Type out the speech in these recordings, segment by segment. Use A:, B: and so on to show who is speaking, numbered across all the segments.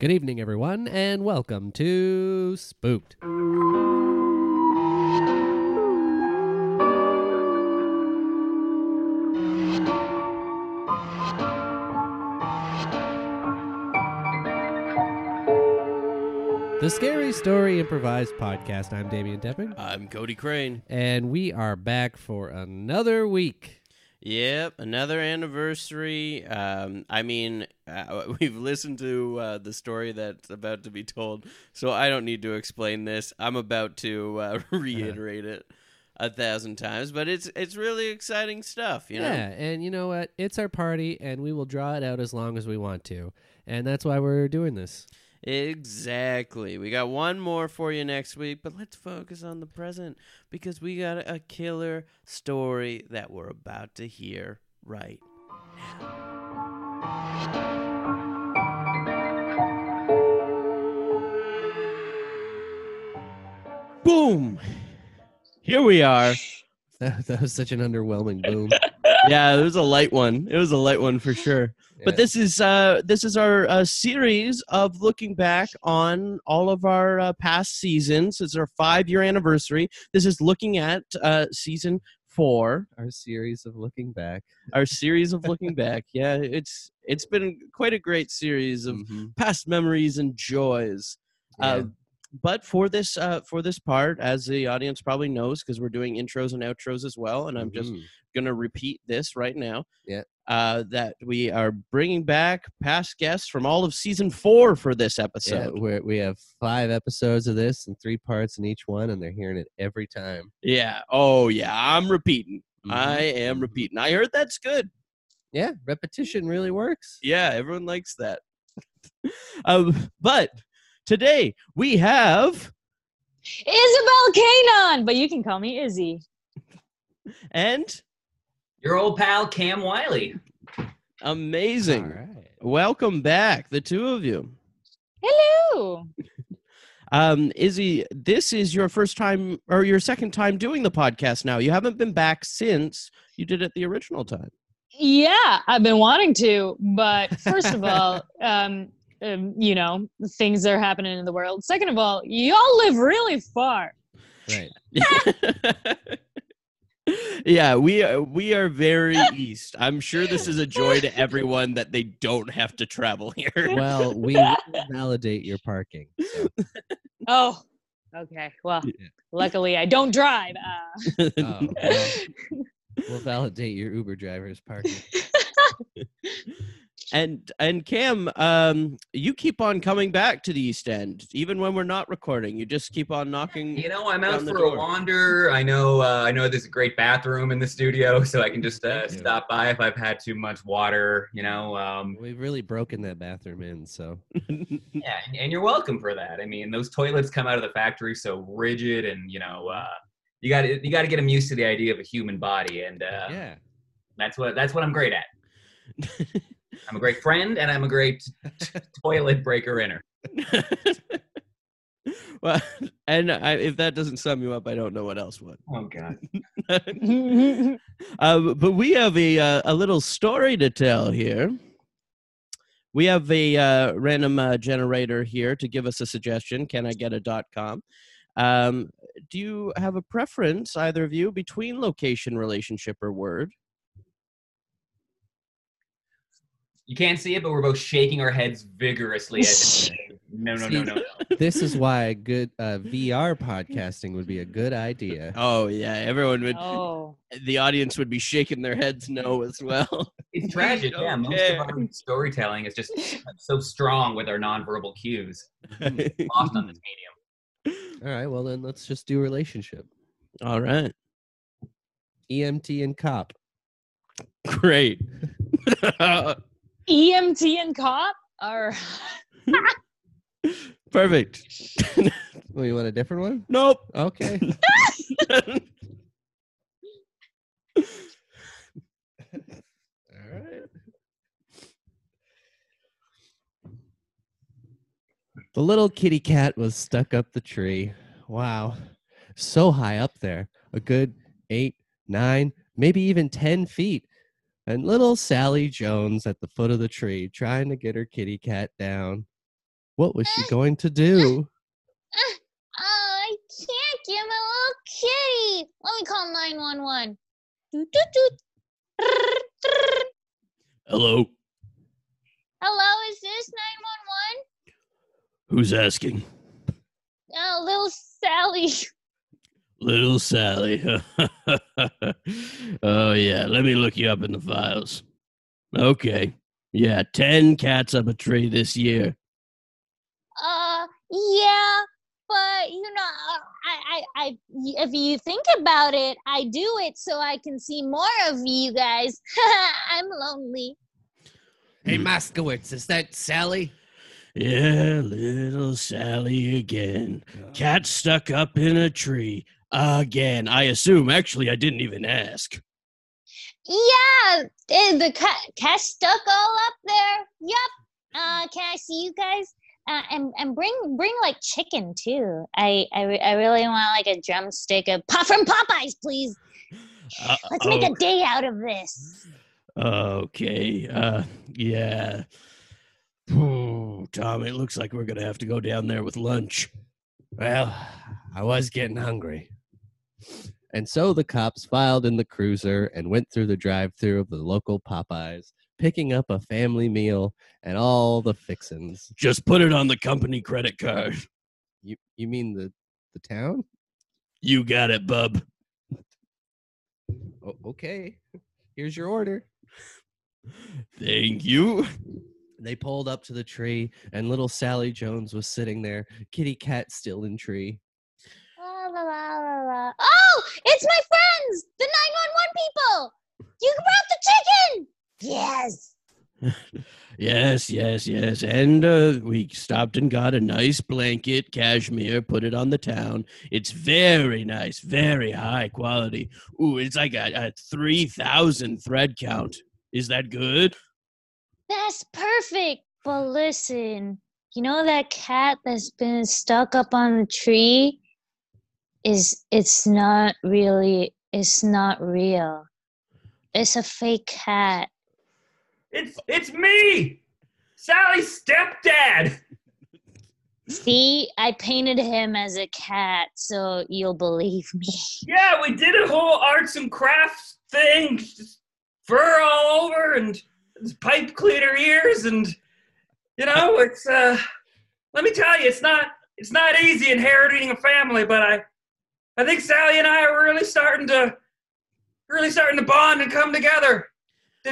A: Good evening, everyone, and welcome to Spooked. The Scary Story Improvised Podcast. I'm Damian Depping,
B: I'm Cody Crane.
A: and we are back for another week.
B: Yep, another anniversary. Um, I mean, uh, we've listened to uh, the story that's about to be told, so I don't need to explain this. I'm about to uh, reiterate it a thousand times, but it's it's really exciting stuff, you know.
A: Yeah, and you know what? It's our party, and we will draw it out as long as we want to. And that's why we're doing this.
B: Exactly. We got one more for you next week, but let's focus on the present because we got a killer story that we're about to hear right now. Boom! Here we are.
A: That, that was such an underwhelming boom.
B: Yeah, it was a light one. It was a light one for sure.
A: Yeah.
B: But this is uh, this is our uh, series of looking back on all of our uh, past seasons. It's our five year anniversary. This is looking at uh, season four,
A: our series of looking back.
B: our series of looking back. Yeah, it's it's been quite a great series of
A: Mm-hmm.
B: past memories and joys. Uh, but for this uh, for this part, as the audience probably knows, because we're doing intros and outros as well, and I'm just
A: Mm-hmm.
B: gonna repeat this right now.
A: Yeah.
B: Uh, that we are bringing back past guests from all of season four for this
A: yeah,
B: episode.
A: we're, we have five episodes of this and three parts in each one, and they're hearing it every time.
B: Yeah. Oh yeah. I'm repeating. I am
A: Mhm.
B: repeating. I heard that's good.
A: Yeah, repetition really works.
B: Yeah. Everyone likes that. um, but today we have
C: Isabel Kanon, but you can call me Izzy.
B: and
D: Your old pal Cam Wiley.
B: amazing.
A: All right.
B: Welcome back, the two of you.
C: Hello.
B: Um, Izzy, this is your first time or your second time doing the podcast now. You haven't been back since you did it the original time.
C: Yeah, I've been wanting to, but first of all, um, um, you know, things that are happening in the world. Second of all, y'all live really far.
A: Right.
B: yeah, we are we are very east. I'm sure this is a joy to everyone that they don't have to travel here.
A: Well, we will validate your parking. so,
C: Oh, okay. Well,
A: Yeah.
C: luckily I don't drive. Uh,
A: oh, well, we'll validate your Uber driver's parking.
B: and and Cam, um, you keep on coming back to the East End, even when we're not recording. You just keep on knocking.
D: You know, I'm out
B: Down the
D: for
B: door.
D: a wander. I know, uh, I know. There's a great bathroom in the studio, so I can just uh,
A: Thank you.
D: stop by if I've had too much water. You know, um,
A: We've really broken that bathroom in, so
D: yeah, and, and you're welcome for that. I mean, those toilets come out of the factory so rigid, and you know, uh, you got to you got to get them used to the idea of a human body, and uh,
A: yeah.
D: that's what that's what I'm great at. I'm a great friend, and I'm a great toilet breaker inner.
B: well, and I, if that doesn't sum you up, I don't know what else would.
D: Oh God.
B: Um, but we have a uh, a little story to tell here. We have a uh, random uh, generator here to give us a suggestion. Can I get a dot com? Um, do you have a preference, either of you, between location, relationship, or word?
D: You can't see it, but we're both shaking our heads vigorously. As no, no, no, no, no.
A: This is why a good uh, VR podcasting would be a good idea.
B: Oh yeah, everyone would.
C: oh,
B: The audience would be shaking their heads no as well.
D: It's tragic,
B: don't
D: yeah. Most
B: care.
D: of our storytelling is just so strong with our nonverbal cues. Lost on this medium.
A: All right, well then let's just do relationship.
B: All right,
A: EMT and cop.
B: great.
C: EMT E and cop are.
B: Perfect.
A: Well, you want a different one?
B: nope.
A: Okay. All right. The little kitty cat was stuck up the tree. Wow. So high up there. A good eight, nine, maybe even 10 feet. And little Sally Jones at the foot of the tree trying to get her kitty cat down. What was she going to do?
E: Oh, I can't get my little kitty. Let me call 911. Doot, doot, doot. Brrr, brrr.
B: Hello,
E: Hello, is this 911?
B: who's asking?
E: Oh, little Sally.
B: Little Sally. oh yeah, let me look you up in the files. Okay. Yeah, 10 cats up a tree this year.
E: Uh, yeah, but you know, I, I, I, if you think about it, I do it so I can see more of you guys. I'm lonely.
B: Hey,
A: Moskowitz, is that Sally?
B: Yeah, little Sally again. Cat stuck up in a tree again. I assume actually I didn't even ask.
E: Yeah, eh, the cat, cat stuck all up there. Yep. Uh, can I see you guys? Uh, and and bring bring like chicken too. I I, re- I really want like a drumstick of pop from Popeyes, please.
B: Uh,
E: Let's make
B: oh.
E: a day out of this.
B: Okay. Uh yeah. Ooh, Tom, it looks like we're gonna have to go down there with lunch.
A: Well, I was getting hungry. And so the cops filed in the cruiser and went through the drive through of the local Popeyes, picking up a family meal and all the fixins.
B: Just put it on the company credit card.
A: You, you mean the, the town?
B: You got it, bub.
A: O- okay, here's your order.
B: Thank you.
A: They pulled up to the tree, and little Sally Jones was sitting there, kitty cat still in tree.
E: La, la, la, la, la. Oh, it's my friends, the 911 people. You brought the chicken. Yes.
B: Yes, yes, yes. And uh, we stopped and got a nice blanket, cashmere, put it on the town. It's very nice, very high quality. Ooh, it's like a, a 3,000 thread count. Is that good?
E: That's perfect. But listen, you know that cat that's been stuck up on the tree is it's not really it's not real. It's a fake cat.
D: It's it's me, Sally's stepdad.
E: See, I painted him as a cat, so you'll believe me.
D: Yeah, we did a whole arts and crafts thing, just fur all over and pipe cleaner ears, and you know, it's uh. Let me tell you, it's not it's not easy inheriting a family, but I I think Sally and I are really starting to really starting to bond and come together.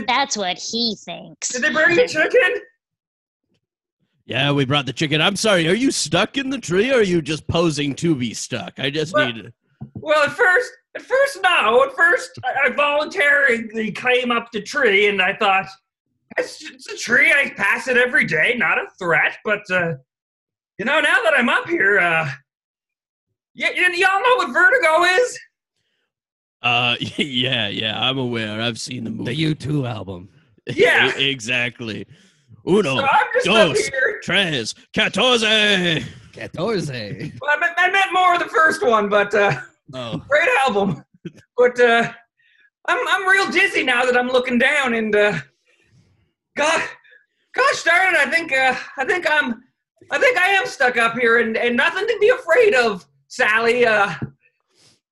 E: That's what he thinks.
D: Did they bring the chicken?
B: Yeah, we brought the chicken. I'm sorry, are you stuck in the tree or are you just posing to be stuck? I just
D: Well-
B: need.
D: Well, at first, at first, no. At first, I, I voluntarily came up the tree, and I thought, it's, it's a tree. I pass it every day. Not a threat, but uh, you know, now that I'm up here, uh, y- y- y'all know what vertigo is.
B: Uh, yeah, yeah, I'm aware. I've seen the movie. E-,
A: The U2 album.
D: Yeah.
B: exactly. Uno,
D: so I'm just up
B: dos.
D: here.
B: tres, catorce.
A: 14.
D: Well, I, meant, I meant more of the first one, but uh,
A: Oh.
D: great album. But uh, I'm I'm real dizzy now that I'm looking down, and uh, God, gosh darn it, I think uh, I think I'm I think I am stuck up here, and, and nothing to be afraid of, Sally. Uh,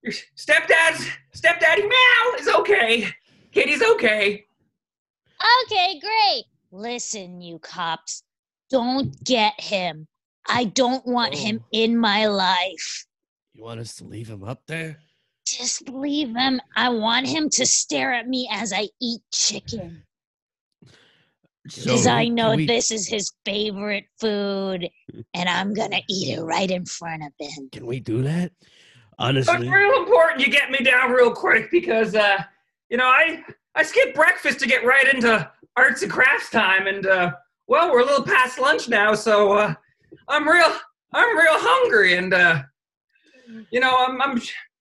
D: your stepdad's stepdaddy meow is okay. Kitty's okay.
E: Okay, great. Listen, you cops, don't get him. I don't want him
A: Oh.
E: in my life.
A: You want us to leave him up there?
E: Just leave him. I want him to stare at me as I eat chicken because
A: So,
E: I
A: can
E: know
A: we-
E: this is his favorite food and I'm going to eat it right in front of him.
A: Can we do that?
D: So it's
B: honestly,
D: real important you get me down real quick because uh, you know I I skipped breakfast to get right into arts and crafts time, and uh, well we're a little past lunch now, so uh, I'm real I'm real hungry, and uh, you know I'm I'm,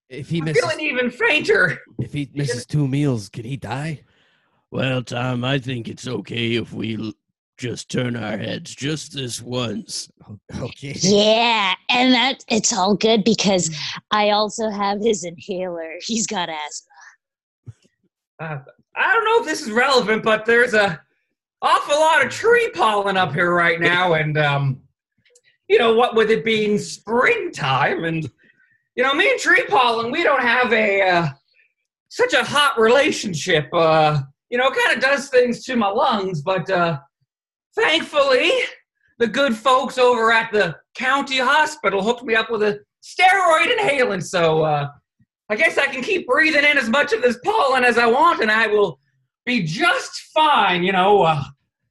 A: If he
D: I'm
A: misses,
D: feeling even fainter.
A: if he misses two meals, could he die?
B: well, Tom, I think it's okay if we l- just turn our heads just this once.
A: Okay.
E: Yeah, and that it's all good because
A: Mm.
E: I also have his inhaler. He's got asthma.
D: Uh, I don't know if this is relevant, but there's a awful lot of tree pollen up here right now, and um, you know, what with it being springtime and, you know, me and tree pollen, we don't have a, uh, such a hot relationship. Uh, you know, it kind of does things to my lungs, but uh, thankfully, the good folks over at the county hospital hooked me up with a steroid inhalant, so uh, I guess I can keep breathing in as much of this pollen as I want, and I will be just fine. You know, uh,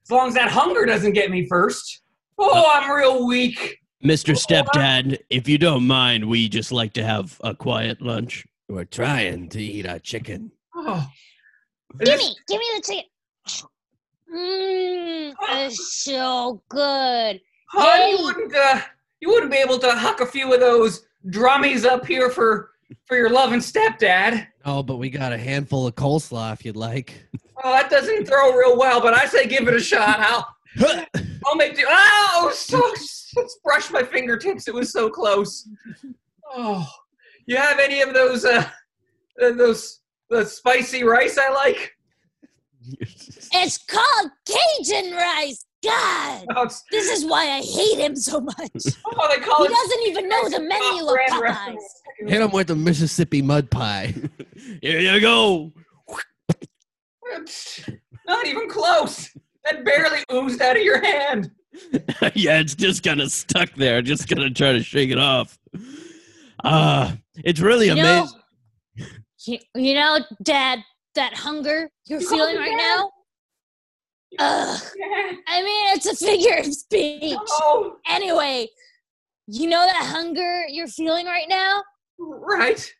D: as long as that hunger doesn't get me first. Oh, I'm real weak.
B: Mr. Stepdad, if you don't mind, we just like to have a quiet lunch.
A: We're trying to eat our chicken.
D: Oh,
E: Give me, give me the ticket. Mmm, it's so good.
D: Hon,
E: Hey.
D: you wouldn't uh, you wouldn't be able to huck a few of those drummies up here for for your loving stepdad.
A: Oh, but we got a handful of coleslaw if you'd like.
D: Oh, that doesn't throw real well, but I say give it a shot. I'll I'll make do. Oh, so just brush my fingertips. It was so close. Oh, you have any of those uh, uh, those the spicy rice I like?
E: It's called Cajun rice. God,
D: Oh, it's-
E: this is why I hate him so much.
D: oh, they call
E: He
D: it.
E: doesn't even know the menu of
D: Grand
E: Popeyes.
D: restaurant.
A: Hit him with the Mississippi mud pie.
B: Here you go.
D: Not even close. That barely oozed out of your hand.
B: yeah, it's just kind of stuck there. Just gonna try to shake it off. Ah, it's really
E: You know-
B: amazing.
E: You, you know, Dad, that hunger you're
D: You're
E: feeling
D: hungry,
E: right now? Ugh. I mean, it's a figure of speech.
D: Oh,
E: Anyway, you know that hunger you're feeling right now?
D: right.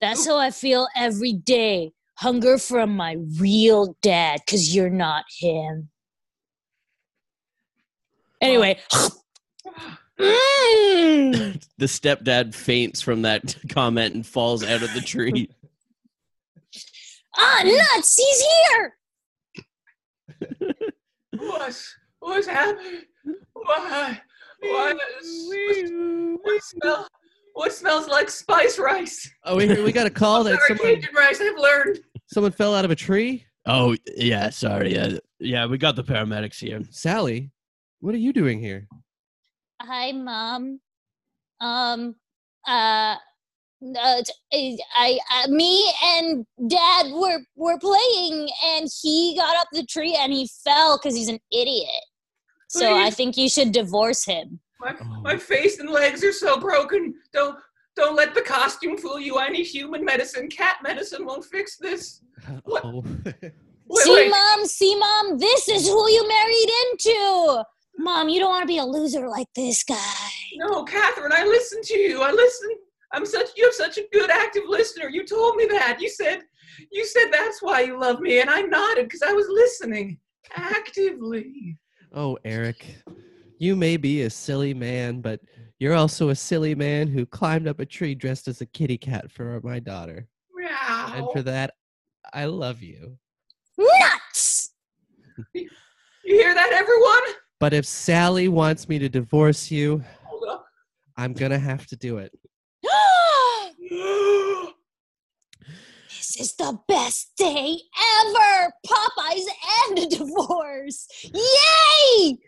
E: That's how I feel every day. Hunger from my real dad, because you're not him. Anyway. Mm.
B: The stepdad faints from that comment and falls out of the tree.
E: Ah, nuts! He's here!
D: What's what's happening? Why? Why? What, smell, what smells like spice rice?
A: Oh, we, we got a call that
D: Sorry,
A: someone,
D: Cajun rice. I've learned.
A: someone fell out of a tree.
B: oh yeah, sorry. Uh, yeah, we got the paramedics here.
A: Sally, what are you doing here?
E: Hi, mom. Um, uh, uh, t- I, I, me and dad were were playing, and he got up the tree and he fell because he's an idiot. So I
D: Please.
E: think you should divorce him.
D: My,
A: Oh.
D: my face and legs are so broken. Don't don't let the costume fool you. I need human medicine. Cat medicine won't fix this. What?
A: Oh.
D: Wait,
E: see,
D: wait.
E: mom, see, mom, this is who you married into. Mom, you don't want to be a loser like this guy.
D: No, Catherine, I listened to you. I listened. I'm such. You're such a good, active listener. You told me that. You said, you said that's why you love me, and I nodded because I was listening actively.
A: oh, Eric, you may be a silly man, but you're also a silly man who climbed up a tree dressed as a kitty cat for my daughter. And
D: Wow.
A: for that, I love you.
E: Nuts!
D: you hear that, everyone?
A: But if Sally wants me to divorce you,
D: Hold up.
A: I'm going to have to do it.
E: This is the best day ever! Popeyes and a divorce! Yay!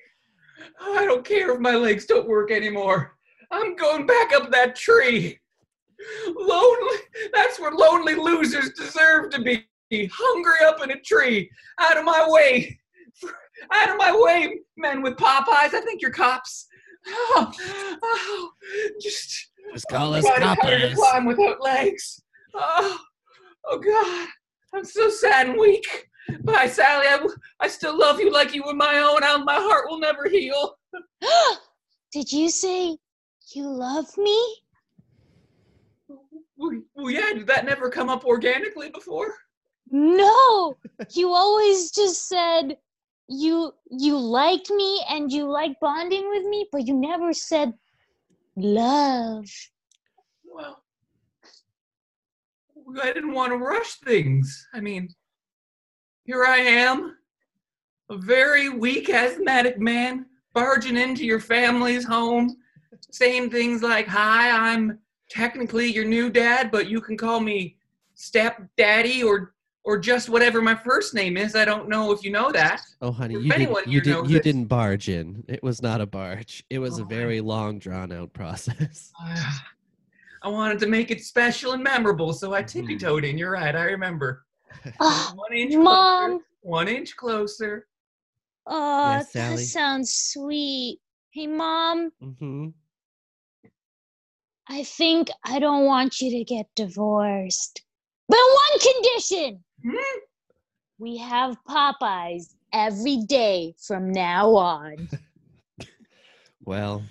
D: I don't care if my legs don't work anymore. I'm going back up that tree. Lonely. That's where lonely losers deserve to be. Hungry up in a tree. Out of my way. Out of my way, men with Popeyes. I think you're cops. Oh, oh, just
A: Just call us
D: trying to hurry to
A: coppers.
D: climb without legs. Oh, oh God. I'm so sad and weak. Bye, Sally. I, I still love you like you were my own. I, my heart will never heal.
E: Did you say you love me?
D: Well, well, yeah, did that never come up organically before?
E: No! You always just said you you like me and you like bonding with me, but you never said love.
D: Well, I didn't want to rush things. I mean, here I am, a very weak asthmatic man, barging into your family's home, saying things like, Hi, I'm technically your new dad, but you can call me stepdaddy or or just whatever my first name is. I don't know if you know that.
A: Oh, honey,
D: If
A: you didn't,
D: anyone
A: you
D: here
A: didn't,
D: knows
A: you
D: this-
A: didn't barge in. It was not a barge. It was
D: Oh,
A: a
D: I-
A: very long, drawn out process.
D: I wanted to make it special and memorable, so I tippy toed in. You're right. I remember.
E: Oh,
D: One inch closer.
E: mom.
D: One inch closer.
E: Oh,
A: Yes,
E: that
A: Sally?
E: sounds sweet. Hey, mom.
D: Mm-hmm.
A: hmm
E: I think I don't want you to get divorced. But one condition.
D: Hmm?
E: We have Popeyes every day from now on.
A: Well,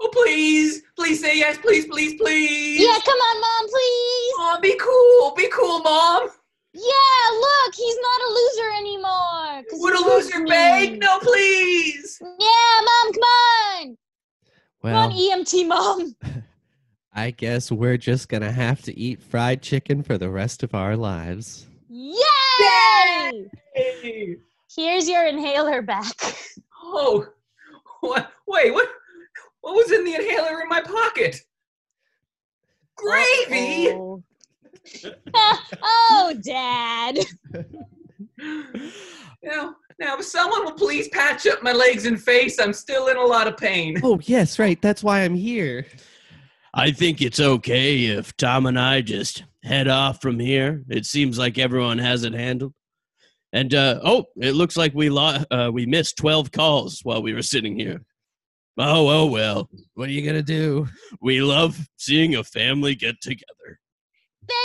D: Oh, please, please say yes, please, please, please.
E: Yeah, come on, mom, please.
D: Mom, be cool, be cool, mom.
E: Yeah, look, he's not a loser anymore. 'cause
D: Would
E: he
D: a
E: loves
D: loser
E: me.
D: beg? No, please.
E: Yeah, mom, come on. Come on,
A: well,
E: EMT mom.
A: I guess we're just gonna have to eat fried chicken for the rest of our lives.
E: Yay!
D: Hey.
E: Here's your inhaler back.
D: Oh, what? Wait, what? What was in the inhaler in my pocket? Gravy.
E: Uh-oh. oh, dad.
D: Now, now, if someone will please patch up my legs and face, I'm still in a lot of pain.
A: Oh yes, right. That's why I'm here.
B: I think it's okay if Tom and I just head off from here. It seems like everyone has it handled. And uh, oh, it looks like we lo- uh, we missed twelve calls while we were sitting here. Oh oh well,
A: What are you gonna do?
B: we love seeing a family get together.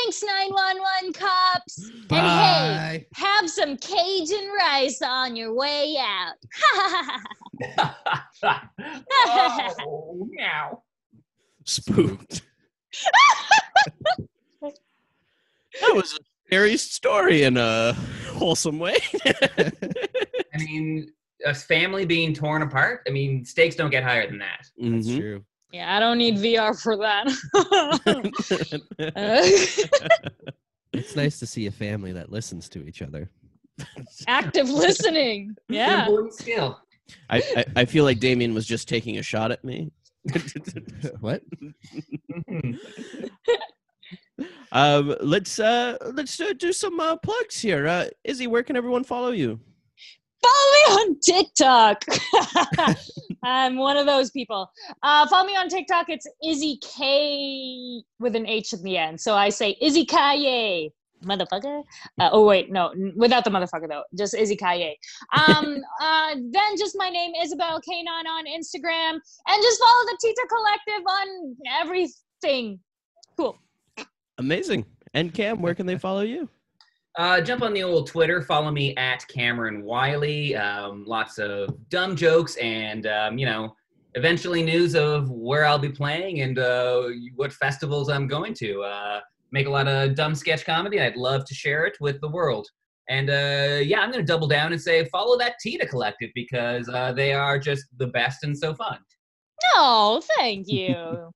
E: Thanks, 911 cops. And hey,
A: Bye.
E: have some Cajun rice on your way out.
D: oh, now.
B: Spooked. that was a scary story in a wholesome way.
D: I mean, a family being torn apart. I mean, stakes don't get higher than that.
A: That's true.
C: Yeah, I don't need VR for that. Uh,
A: It's nice to see a family that listens to each other.
C: active listening. Yeah.
D: Important skill.
B: I, I, I feel like Damien was just taking a shot at me.
A: what?
D: Mhm.
B: um, let's uh, let's uh, do some uh, plugs here. Uh, Izzy, where can everyone follow you?
C: follow me on TikTok. I'm one of those people. Uh, follow me on TikTok. It's Izzy K with an H at the end. So I say Izzy Kaye, motherfucker. Uh, oh wait, no, n- without the motherfucker though. Just Izzy Kaye. Um, uh, then just my name Isabel Kanon on Instagram, and just follow the Tita Collective on everything. Cool.
B: Amazing. And Cam, where can they follow you?
D: Uh, jump on the old Twitter. Follow me at Cameron Wiley. Um, lots of dumb jokes and, um, you know, eventually news of where I'll be playing and uh, what festivals I'm going to. Uh, make a lot of dumb sketch comedy. I'd love to share it with the world. And uh, yeah, I'm going to double down and say follow that Tita Collective because uh, they are just the best and so fun.
C: No, thank you.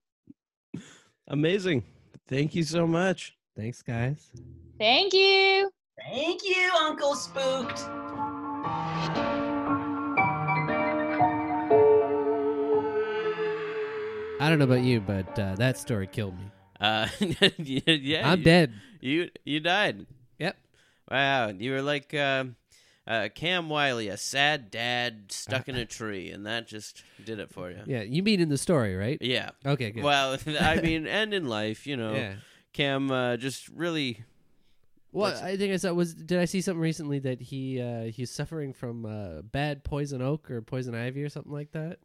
B: Amazing. Thank you so much.
A: Thanks, guys.
C: thank you.
D: Thank you, Uncle Spooked.
A: I don't know about you, but uh, that story killed me.
B: Uh, yeah,
A: I'm
B: you-
A: dead.
B: You you died.
A: Yep.
B: Wow, you were like uh, uh, Cam Wiley, a sad dad stuck in a tree, and that just did it for you.
A: Yeah, you mean in the story, right?
B: Yeah.
A: Okay, good.
B: Well, I mean, and in life, you know,
A: yeah.
B: Cam uh, just really
A: Well,
B: That's-
A: I think I saw was did I see something recently that he uh he's suffering from uh bad poison oak or poison ivy or something like that?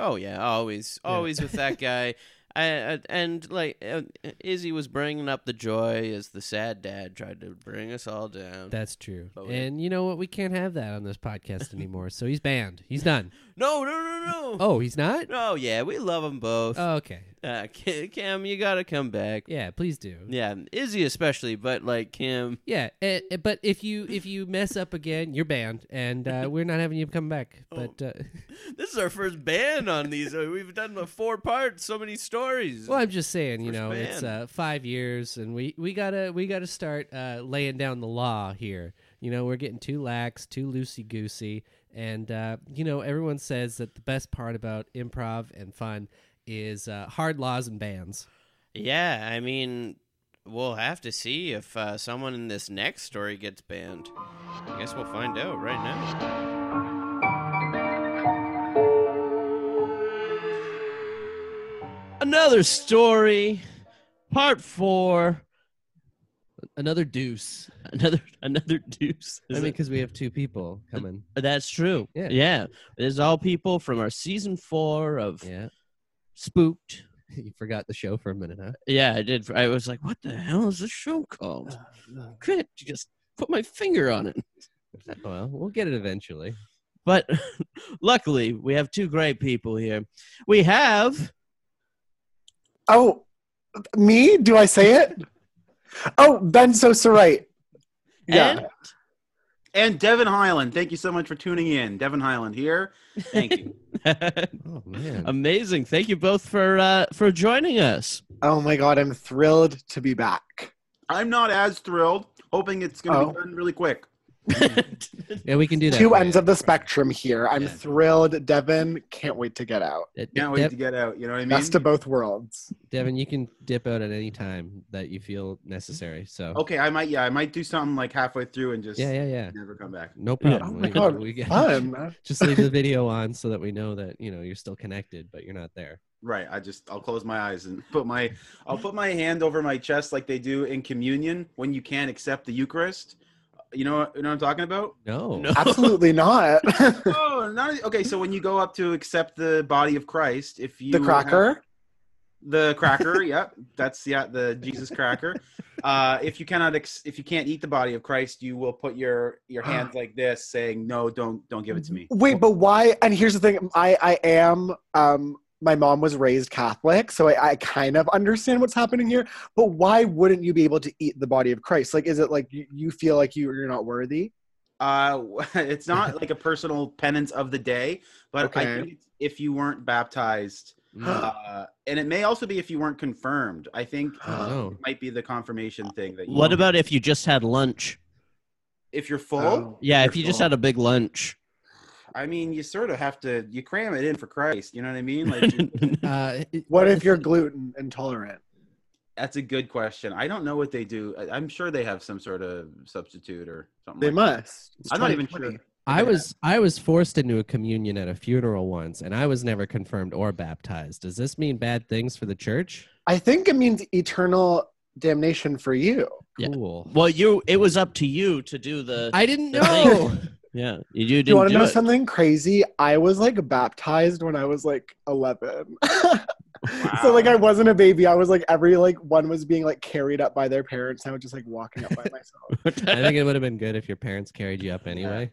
B: Oh yeah, always,
A: Yeah.
B: always with that guy. I, I, and like uh, Izzy was bringing up the joy as the sad dad tried to bring us all down.
A: That's true.
B: Oh, yeah.
A: and you know what? We can't have that on this podcast anymore. so he's banned. He's done.
B: no, no, no, no.
A: Oh, he's not?
B: No, yeah, we love them both.
A: Oh, okay.
B: Uh, Ca- Cam, you gotta come back.
A: Yeah, please do.
B: Yeah, Izzy especially, but like Cam,
A: Yeah, eh, eh, but if you if you mess up again, you're banned, and uh, we're not having you come back.
B: Oh.
A: But uh,
B: this is our first ban on these. Uh, We've done the four parts, so many stories.
A: well, I'm just saying, you
B: First
A: know, it's
B: ban.
A: uh, five years, and we we gotta we gotta start uh, laying down the law here. You know, we're getting too lax, too loosey goosey, and uh, you know, everyone says that the best part about improv and fun is uh, hard laws and bans.
B: Yeah, I mean, we'll have to see if uh, someone in this next story gets banned. I guess we'll find out right now. Another story, part four.
A: Another deuce.
B: Another another deuce.
A: I mean, because we have two people coming.
B: that's true.
A: Yeah.
B: yeah, it is all people from our season four of
A: Yeah.
B: Spooked.
A: You forgot the show for a minute, huh?
B: Yeah, I did. I was like, "What the hell is this show called?"
A: Uh,
B: Could not just put my finger on it?
A: Well, we'll get it eventually.
B: But luckily, we have two great people here. We have
F: Oh, me? Do I say it? Oh, Ben Soserite. Yeah.
B: and
G: And Devin Highland, thank you so much for tuning in. Devin Highland here. Thank you.
A: Oh man.
B: amazing. Thank you both for uh, for joining us.
F: Oh my God, I'm thrilled to be back.
G: I'm not as thrilled, hoping it's going to
F: Oh.
G: be done really quick.
A: yeah, we can do that.
F: Two
A: for
F: ends
A: you.
F: of the spectrum here. I'm
A: Yeah.
F: thrilled, Devin. Can't wait to get out.
A: Uh,
G: Can't wait
A: Dev-
G: to get out. You know what I mean?
F: Best of both worlds.
A: Devin, you can dip out at any time that you feel necessary. So
F: Oh.
G: okay, I might. Yeah, I might do something like halfway through and just
A: yeah, yeah, yeah.
G: never come back.
A: No
B: Yeah.
A: problem.
F: Oh my
A: We-
F: God,
A: we get-
F: Fun.
A: just leave the video on so that we know that you know you're still connected, but you're not there.
G: Right. I just I'll close my eyes and put my I'll put my hand over my chest like they do in communion when you can't accept the Eucharist. You know, you know what I'm talking about?
A: No.
B: No.
F: Absolutely not. the
G: oh, not okay. So when you go up to accept the body of Christ, if you have-
F: cracker.
G: the cracker yep that's yeah the jesus cracker uh if you cannot ex- if you can't eat the body of christ you will put your your hands like this saying no don't don't give it
F: Mm-hmm.
G: to me
F: Wait, but why? And here's the thing. I I am. Um, my mom was raised Catholic, so I, I kind of understand what's happening here. But why wouldn't you be able to eat the body of Christ? Like, is it like you, you feel like you, you're not worthy?
G: uh it's not like a personal penance of the day but i
F: Okay.
G: think it's if you weren't baptized
A: Mm.
G: uh and it may also be if you weren't confirmed i think
A: I
G: uh,
F: Oh.
A: don't know.
G: it might be the confirmation thing that you
B: What about if you just had lunch?
G: if you're full
F: Oh.
B: Yeah, if
G: You're
B: you just
G: full.
B: had a big lunch.
G: i mean you sort of have to you cram it in for christ you know what i mean like
A: Uh, it-
F: What if you're gluten intolerant?
G: That's a good question. I don't know what they do. I- I'm sure they have some sort of substitute or something.
F: They
G: like
F: must. It's
G: That. I'm not even
F: 2020.
G: sure.
A: I was I was forced into a communion at a funeral once, and I was never confirmed or baptized. Does this mean bad things for the church?
F: I think it means eternal damnation for you.
B: Yeah.
A: Cool.
B: Well, you it was up to you to do the.
A: I didn't
B: the thing.
A: know.
B: yeah, you, you
F: Do you
B: didn't
F: want
B: do
F: to know
B: it.
F: something crazy? I was like baptized when I was like 11. So like I wasn't a baby. I was like every like one was being like carried up by their parents. and I was just like walking up by myself.
A: I think it would have been good if your parents carried you up anyway.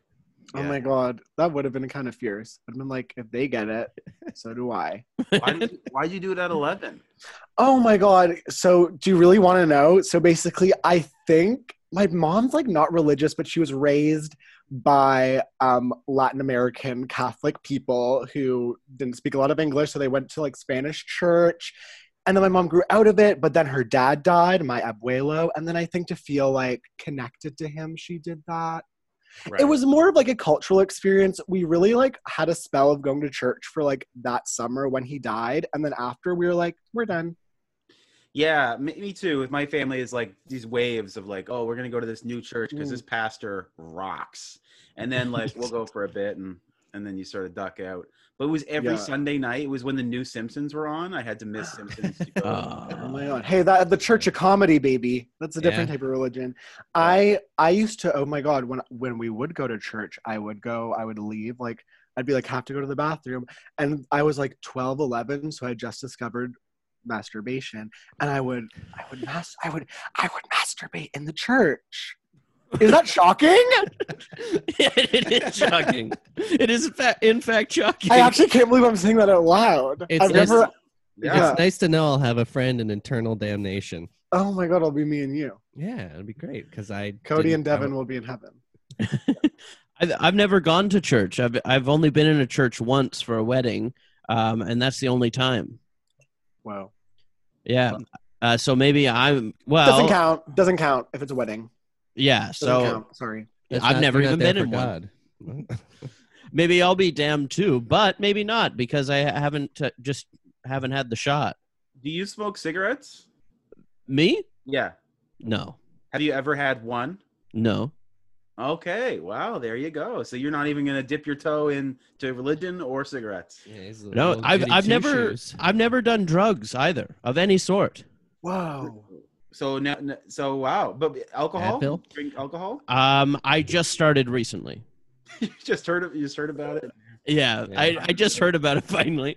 F: Oh my god, that would have been kind of fierce. I'd been like, if they get it, so do I.
G: Why did, you- why'd you do it at 11?
F: Oh my god. So do you really want to know? So basically, I think my mom's like not religious, but she was raised by um, Latin American Catholic people who didn't speak a lot of English, so they went to like Spanish church. And then my mom grew out of it, but then her dad died, my abuelo, and then I think to feel like connected to him, she did that.
G: Right.
F: It was more of like a cultural experience. We really like had a spell of going to church for like that summer when he died, and then after we were like, we're done.
G: Yeah, me, me too. With my family, is like these waves of like, oh, we're gonna go to this new church
F: Mm.
G: because this pastor rocks, and then like we'll go for a bit, and and then you sort of duck out. But it was every
F: Yeah.
G: Sunday night. It was when the new Simpsons were on. I had to miss Simpsons. To go.
F: Oh my
B: Oh.
F: god! Hey, that the Church of Comedy, baby. That's a different
A: Yeah.
F: type of religion. I I used to. Oh my god! When when we would go to church, I would go. I would leave. Like I'd be like, have to go to the bathroom, and I was like 12, 11, so I just discovered masturbation, and I would I would mas- I would I would masturbate in the church. Is that shocking?
B: it is shocking. It is in fact, in fact shocking.
F: I actually can't believe I'm saying that out loud.
A: It's-
F: I've never.
G: Yeah.
A: It's nice to know I'll have a friend in internal damnation.
F: Oh my god! It'll be me and you.
A: Yeah, it'd be great because I
F: Cody and
A: didn't- I w-
F: Devin will be in heaven.
B: I've, I've never gone to church. I've I've only been in a church once for a wedding, um, and that's the only time.
F: Wow.
B: Yeah. Uh, so maybe I'm well.
F: Doesn't count. Doesn't count if it's a wedding.
B: Yeah.
F: Doesn't
B: So
F: count. sorry.
A: That's
B: I've
A: not-
B: never
A: you're not
B: even
A: there
B: been
A: for
B: in one.
A: God.
B: maybe I'll be damned too, but maybe not because I haven't uh, just haven't had the shot.
G: Do you smoke cigarettes?
B: Me?
G: Yeah.
B: No.
G: Have you ever had one?
B: No.
G: Okay, wow, there you go. So you're not even gonna dip your toe into religion or cigarettes.
B: No, I've I've never I've never done drugs either of any sort.
F: Whoa.
G: So now, so wow, but alcohol,
A: Advil?
G: drink alcohol.
B: Um, I just started recently.
G: you just heard of, you just heard about it.
B: Yeah,
A: Yeah.
B: I, I just heard about it finally.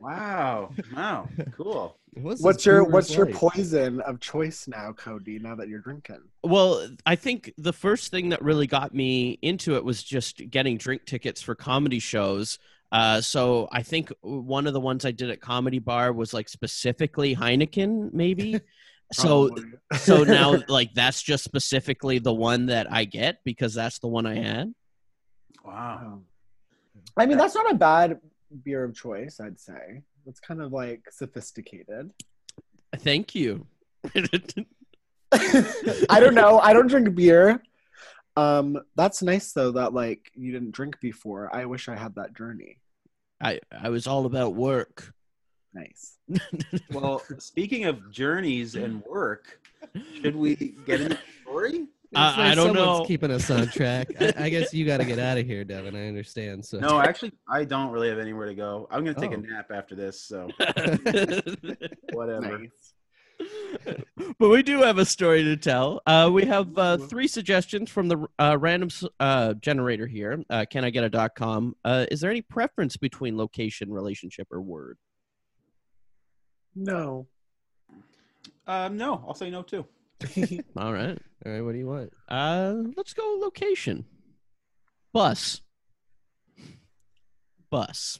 G: Wow, wow, cool.
F: what's your what's your poison of choice now, Cody? Now that you're drinking,
B: Well, I think the first thing that really got me into it was just getting drink tickets for comedy shows. Uh, so I think one of the ones I did at Comedy Bar was like specifically Heineken, maybe. so
F: Probably.
B: so now like that's just specifically the one that I get because that's the one I had.
G: Wow.
F: Um, I mean, that's not a bad beer of choice. I'd say that's kind of like sophisticated.
B: Thank you.
F: I don't know. I don't drink beer. Um, that's nice though that like you didn't drink before. I wish I had that journey.
B: I I was all about work.
F: Nice.
G: Well, speaking of journeys and work, should we get into the story?
B: I- I don't
A: someone's
B: know.
A: Keeping us on track. I, I guess you got to get out of here, Devin. I understand. So
G: No, actually, I don't really have anywhere to go. I'm gonna take
A: Oh.
G: a nap after this, so whatever.
F: Nice.
B: but we do have a story to tell. Uh, we have uh, three suggestions from the uh, random s- uh, generator here. Uh, can I get a dot com? Uh, is there any preference between location, relationship, or word?
F: No.
G: Um, no, I'll say no too.
B: All right.
A: all right, what do you want?
B: Uh, let's go location. Bus. Bus.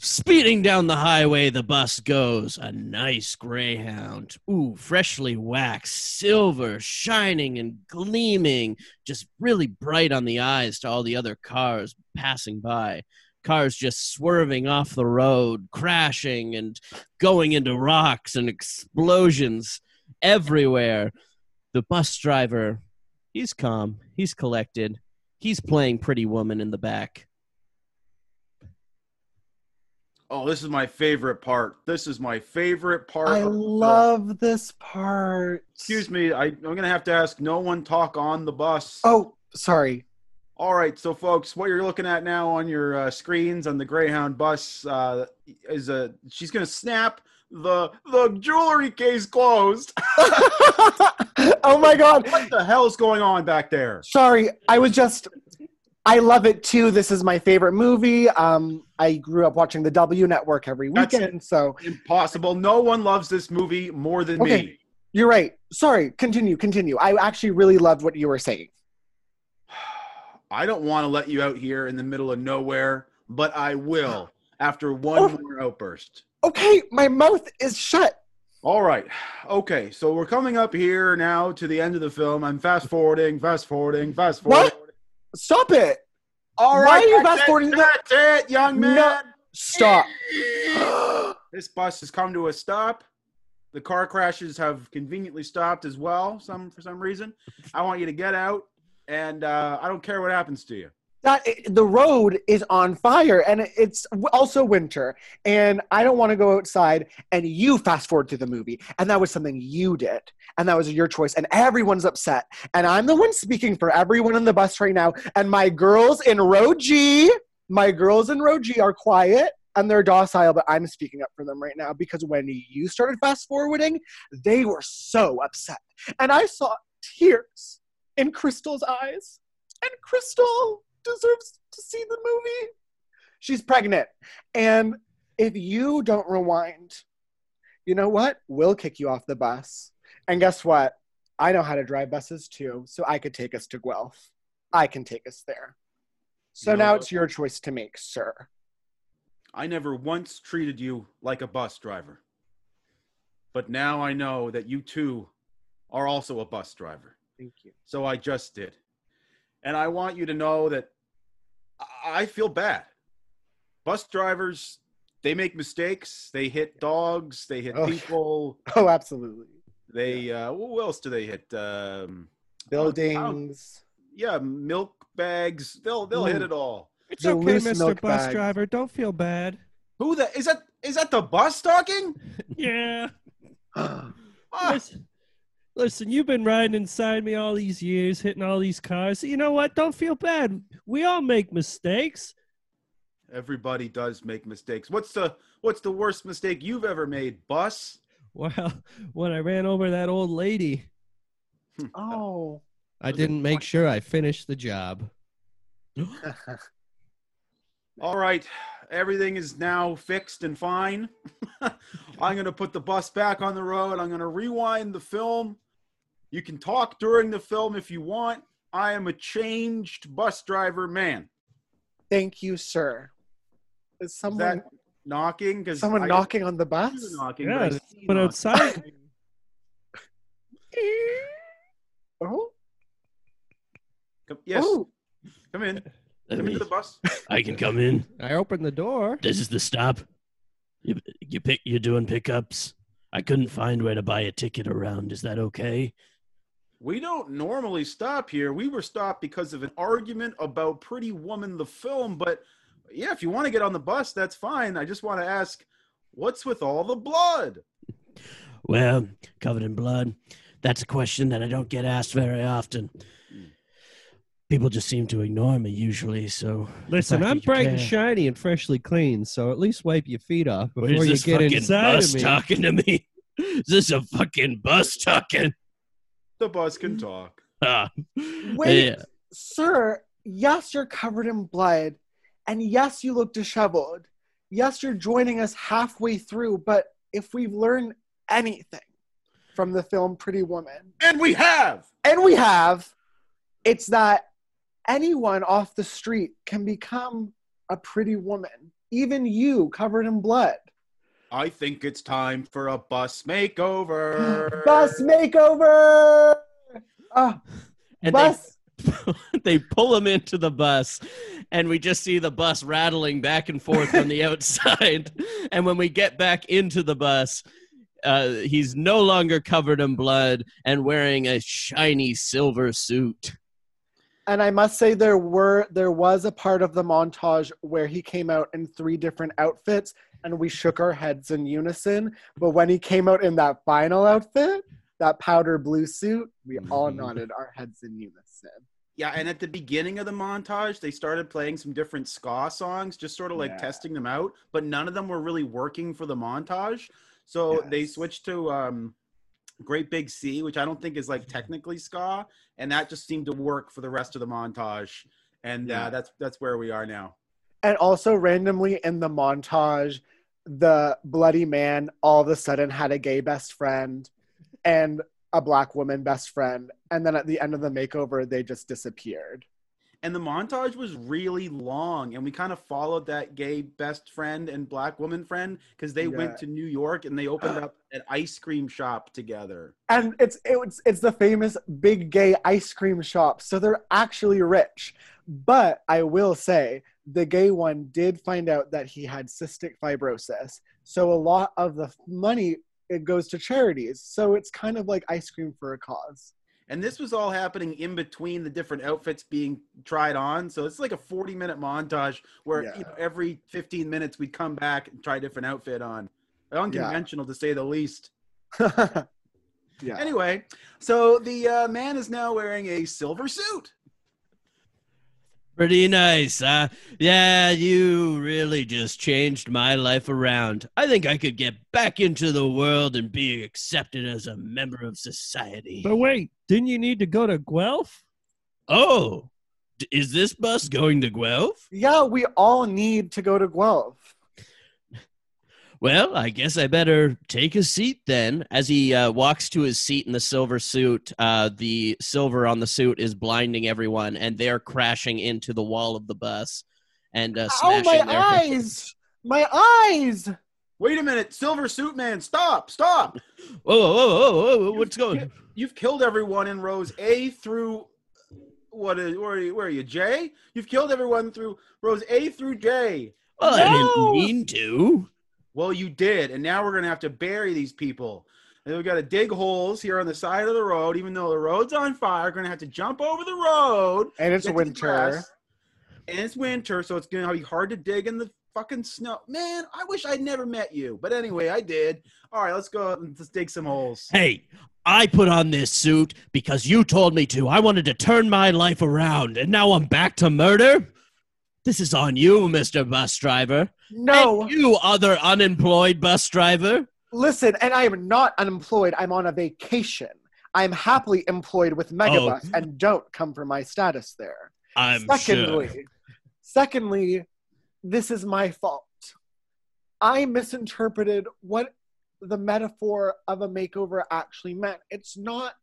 B: Speeding down the highway, the bus goes. A nice greyhound. Ooh, freshly waxed, silver, shining and gleaming, just really bright on the eyes to all the other cars passing by. Cars just swerving off the road, crashing and going into rocks and explosions everywhere. The bus driver, he's calm, he's collected, he's playing Pretty Woman in the back.
G: Oh, this is my favorite part. This is my favorite part.
F: I
G: of the film.
F: love this part.
G: Excuse me, I, I'm gonna have to ask. No one talk on the bus.
F: Oh, sorry.
G: All right, so folks, what you're looking at now on your uh, screens on the Greyhound bus uh, is a she's gonna snap the the jewelry case closed.
F: oh my god.
G: what the hell's going on back there?
F: Sorry. I was just I love it too. This is my favorite movie. Um I grew up watching the W network every
G: That's it.
F: weekend, so
G: Impossible. No one loves this movie more than me.
F: Okay. you're right. Sorry. Continue, continue. I actually really loved what you were saying.
G: I don't want to let you out here in the middle of nowhere, but I will after one
F: Oh.
G: more outburst.
F: Okay, my mouth is shut.
G: All right. Okay. So we're coming up here now to the end of the film. I'm fast forwarding, fast forwarding, fast forwarding.
F: What? Stop it.
G: All
F: Why
G: right.
F: are you
G: that's
F: fast forwarding
G: It,
F: that?
G: that's it, young
F: No.
G: man.
F: Stop.
G: This bus has come to a stop. The car crashes have conveniently stopped as well, some for some reason. I want you to get out, and uh, I don't care what happens to you.
F: that the road is on fire and it's also winter and i don't want to go outside and you fast forward through the movie and that was something you did and that was your choice and everyone's upset and i'm the one speaking for everyone on the bus right now and my girls in row g my girls in row g are quiet and they're docile but i'm speaking up for them right now because when you started fast forwarding they were so upset and i saw tears in crystal's eyes and Crystal deserves to see the movie. She's pregnant. And if you don't rewind, you know what? We'll kick you off the bus. And guess what? I know how to drive buses too, so I could take us to Guelph. I can take us there. So
G: You know
F: now
G: what?
F: it's your choice to make, sir.
G: I never once treated you like a bus driver. But now I know that you too are also a bus driver.
F: Thank you.
G: So I just did. And I want you to know that I- I feel bad. Bus drivers, they make mistakes. They hit dogs, they hit
F: Oh.
G: people.
F: Oh, absolutely.
G: They, uh, who else do they hit? Um,
F: Buildings.
G: yeah, milk bags. They'll, they'll hit
F: Mm.
G: it all.
F: It's okay, Mr.
H: Bus driver, don't feel bad.
G: Who the is that? Is that the bus talking?
A: Yeah.
G: Ah,
A: Listen, listen, you've been riding inside me all these years, hitting all these cars. You know what? Don't feel bad. We all make mistakes.
G: everybody does make mistakes. What's the What's the worst mistake you've ever made, bus?
A: Well, when I ran over that old lady,
F: Oh.
A: I
G: Was it
A: didn't make
G: twenty-
A: sure I finished the job.
G: All right, everything is now fixed and fine. I'm going to put the bus back on the road. I'm going to rewind the film. You can talk during the film if you want. I am a changed bus driver man.
F: Thank you, sir. Is someone
G: that Knocking because
F: someone knocking on the bus?
G: Knocking, but I
A: Yeah,
G: see
A: but
G: knocking.
A: outside.
F: Oh,
G: Come- yes,
F: oh.
G: come in. Come into the bus.
H: I can come in.
A: I opened the door.
H: This is the stop. You, you pick. You're doing pickups. I couldn't find where to buy a ticket around. Is that okay?
G: We don't normally stop here. We were stopped because of an argument about Pretty Woman the film, but yeah, if you want to get on the bus, that's fine. I just want to ask, what's with all the blood?
H: Well, covered in blood. That's a question that I don't get asked very often. People just seem to ignore me usually. So the
A: Listen,
H: fact
A: I'm
H: that you
A: bright
H: care-
A: and shiny and freshly clean, so at least wipe your feet off
H: What
A: before
H: is
A: you
H: this
A: get
H: fucking
A: inside
H: bus
A: of me.
H: talking to me? Is this a fucking bus talking?
G: The bus can talk.
H: Ah.
F: Wait,
H: Yeah.
F: sir. Yes, you're covered in blood, and yes, you look disheveled. Yes, you're joining us halfway through. But if we've learned anything from the film Pretty Woman,
G: And we have.
F: and we have, it's that anyone off the street can become a pretty woman, even you, covered in blood.
G: I think it's time for a bus makeover.
F: Bus makeover. Ah,
B: And they-
F: bus.
B: they pull him into the bus and we just see the bus rattling back and forth on the outside and when we get back into the bus uh, he's no longer covered in blood and wearing a shiny silver suit
F: And I must say, there were there was a part of the montage where he came out in three different outfits, and we shook our heads in unison. But when he came out in that final outfit, that powder blue suit, we all
G: Mm-hmm.
F: nodded our heads in unison.
G: Yeah, and at the beginning of the montage, they started playing some different ska songs, just sort of like
F: Yeah.
G: testing them out, but none of them were really working for the montage. So they
F: Yes.
G: switched to um, Great Big C, which I don't think is like
F: Mm-hmm.
G: technically ska, and that just seemed to work for the rest of the montage. And
F: Yeah.
G: uh, that's that's where we are now.
F: And also, randomly in the montage, the bloody man all of a sudden had a gay best friend and a black woman best friend. And then at the end of the makeover, they just disappeared.
G: and the montage was really long and we kind of followed that gay best friend and black woman friend because they
F: Yeah.
G: went to new york and they opened up an ice cream shop together
F: And it's it's it's the famous big gay ice cream shop. So they're actually rich. But I will say the gay one did find out that he had cystic fibrosis. So a lot of the money it goes to charities. So it's kind of like ice cream for a cause.
G: and this was all happening in between the different outfits being tried on so it's like a 40 minute montage where you know, every 15 minutes we'd come back and try a different outfit on unconventional to say the least
F: yeah.
G: anyway so the uh, man is now wearing a silver suit
B: pretty nice uh, yeah you really just changed my life around i think i could get back into the world and be accepted as a member of society
A: But wait, didn't you need to go to Guelph?
B: oh d- is this bus going to guelph
F: Yeah, we all need to go to Guelph.
B: Well, I guess I better take a seat then. As he uh, walks to his seat in the silver suit, uh, the silver on the suit is blinding everyone, and they're crashing into the wall of the bus and uh,
F: Oh,
B: smashing
F: my
B: their
F: eyes! My eyes!
G: wait a minute silver suit man stop stop
B: Whoa, whoa, whoa, whoa, whoa! What's going?
G: You've killed everyone in rows A through what is where are you, where are you J? You've killed everyone through rows A through J.
B: Well, I
C: No!
B: didn't mean to.
G: Well, you did, and now we're gonna have to bury these people. And we got to dig holes here on the side of the road, even though the road's on fire. We're gonna have to jump over the road.
F: And it's
G: get to the
F: winter.
G: grass, and it's winter, so it's gonna be hard to dig in the fucking snow. Man, I wish I'd never met you. But anyway, I did. All right, let's go out and let's dig some holes.
B: Hey, I put on this suit because you told me to. I wanted to turn my life around, and now I'm back to murder? This is on you, Mr. Bus Driver.
F: No,
B: And you, other unemployed bus driver.
F: listen, and I am not unemployed. I'm on a vacation. I'm happily employed with Megabus, and don't come for my status there.
B: I'm
F: secondly,
B: sure.
F: secondly, this is my fault. I misinterpreted what the metaphor of a makeover actually meant. It's not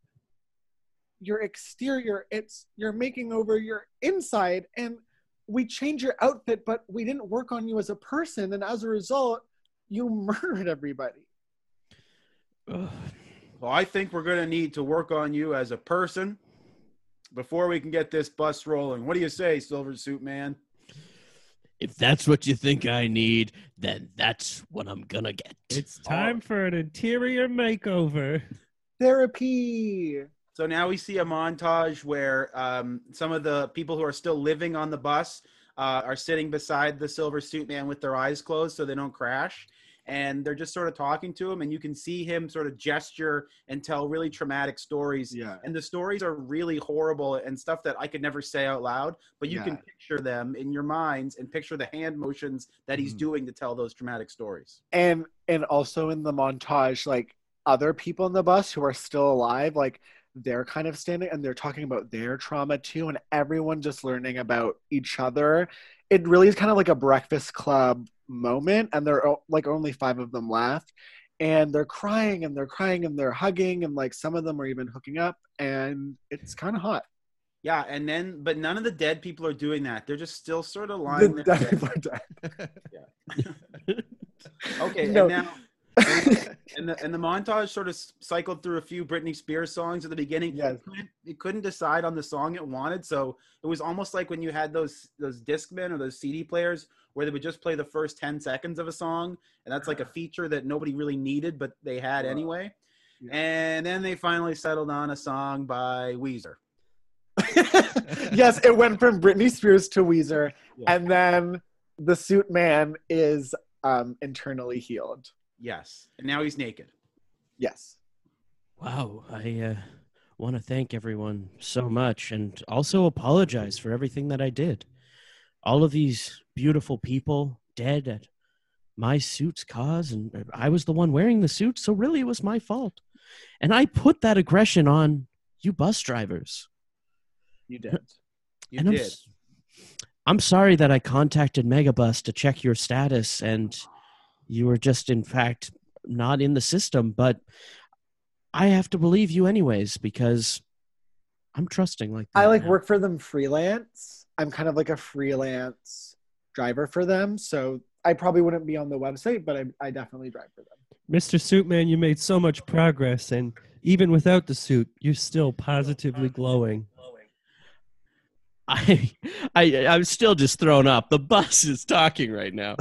F: your exterior, it's you're making over your inside. And we change your outfit, but we didn't work on you as a person. And as a result, you murdered everybody.
B: Ugh.
G: Well, I think we're going to need to work on you as a person before we can get this bus rolling. What do you say, Silver Suit Man?
B: If that's what you think I need, then that's what I'm gonna get.
I: It's time for an interior makeover.
F: Therapy.
G: So now we see a montage where um, some of the people who are still living on the bus uh, are sitting beside the Silver Suit Man with their eyes closed so they don't crash. And they're just sort of talking to him, and you can see him sort of gesture and tell really traumatic stories.
F: Yeah.
G: And the stories are really horrible and stuff that I could never say out loud, but you can
F: Yeah.
G: picture them in your minds and picture the hand motions that
J: Mhm.
G: he's
F: Mm-hmm.
G: doing to tell those traumatic stories.
F: and and also in the montage like other people in the bus who are still alive like they're kind of standing and they're talking about their trauma too and everyone just learning about each other it really is kind of like a breakfast club moment and there are like only five of them left and they're crying and they're crying and they're hugging and like some of them are even hooking up and it's kind of hot
G: Yeah, and then, but none of the dead people are doing that. They're just still sort of lying
F: The
G: there.
F: dead people are dead.
G: Okay,
F: No.
G: and now and the and the montage sort of s- cycled through a few Britney Spears songs at the beginning.
F: Yes.
G: It, couldn't, it couldn't decide on the song it wanted, so it was almost like when you had those those Discman or those CD players where they would just play the first ten seconds of a song, and that's like a feature that nobody really needed, but they had
F: Wow.
G: anyway.
F: Yeah.
G: And then they finally settled on a song by Weezer.
F: yes, it went from Britney Spears to Weezer,
G: Yeah.
F: and then the suit man is um, internally healed.
G: Yes, and now he's naked.
F: Yes.
B: Wow, I uh, want to thank everyone so much and also apologize for everything that I did. All of these beautiful people dead at my suit's cause, and uh, I was the one wearing the suit, so really it was my fault. And I put that aggression on you bus drivers.
F: You did.
G: You
B: and I'm,
G: did.
B: s- I'm sorry that I contacted Megabus to check your status, and you were just, in fact, not in the system. But I have to believe you, anyways, because I'm trusting like that.
F: I like
B: now.
F: work for them freelance. I'm kind of like a freelance driver for them, so I probably wouldn't be on the website, but I, I definitely drive for them.
I: Mr. Suitman, you made so much progress, and even without the suit, you're still positively glowing.
B: I, I, I'm still just thrown up. The bus is talking right now.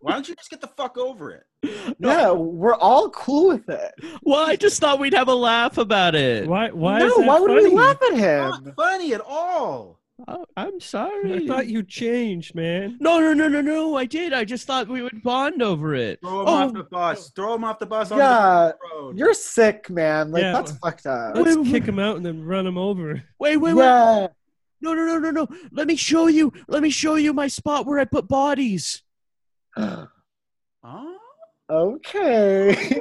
G: Why don't you just get the fuck over it?
B: No.
F: Yeah, we're all cool with it.
B: Well, I just thought we'd have a laugh about it.
I: Why? Why?
F: no,
I: is that
F: why would
I: funny?
F: we laugh at
G: Not
F: him?
G: funny at all.
B: Oh, I'm sorry.
I: I thought you changed, man.
B: No, no, no, no, no. I did. I just thought we would bond over it.
G: Throw him
B: Oh,
G: off the bus. Throw him off the bus.
F: Yeah,
G: On the road.
F: You're sick, man. Like
I: Yeah.
F: that's fucked up.
I: Let's
B: Wait,
I: kick him out and then run him over.
B: Wait, wait, wait.
F: yeah.
B: No, no, no, no, no. Let me show you. Let me show you my spot where I put bodies.
G: Huh?
F: Okay.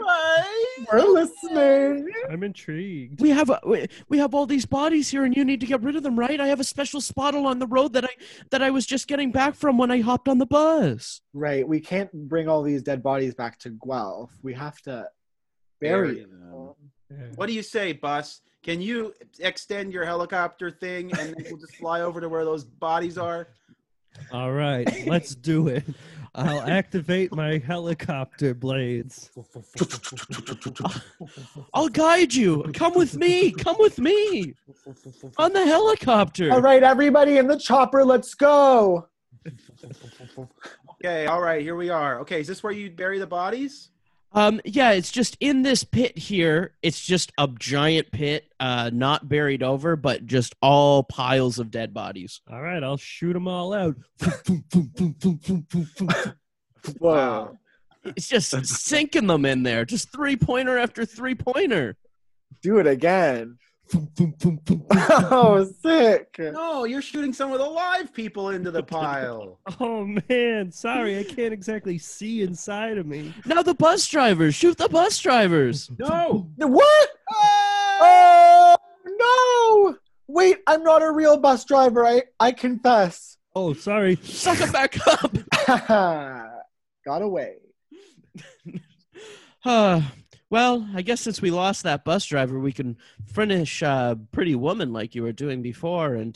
F: We're listening.
I: I'm intrigued.
B: We have uh, we- we have all these bodies here, and you need to get rid of them, right? I have a special spot along the road that I that I was just getting back from when I hopped on the bus.
F: Right. We can't bring all these dead bodies back to Guelph. We have to bury
G: Bury
F: them.
I: Yeah.
G: What do you say, bus? Can you extend your helicopter thing and then we'll just fly over to where those bodies are?
I: All right, let's do it. I'll activate my helicopter blades.
B: I'll guide you. Come with me. Come with me on the helicopter.
F: All right, everybody in the chopper, let's go.
G: Okay, all right, here we are. Okay, is this where you bury the bodies?
B: Um, yeah, it's just in this pit here. It's just a giant pit, uh, not buried over, but just all piles of dead bodies.
I: All right, I'll shoot them all out.
F: Whoa.
B: It's just sinking them in there. Just three pointer after three pointer.
F: Do it again. oh, sick.
G: No, you're shooting some of the live people into the pile.
I: Oh man, sorry, I can't exactly see inside of me.
B: Now the bus drivers. Shoot the bus drivers.
G: No.
F: What?
I: Uh,
F: Oh no! Wait, I'm not a real bus driver. I I confess.
I: Oh, sorry.
B: Suck them back up.
F: Got away.
B: Uh, well, I guess since we lost that bus driver, we can finish uh, Pretty Woman like you were doing before, and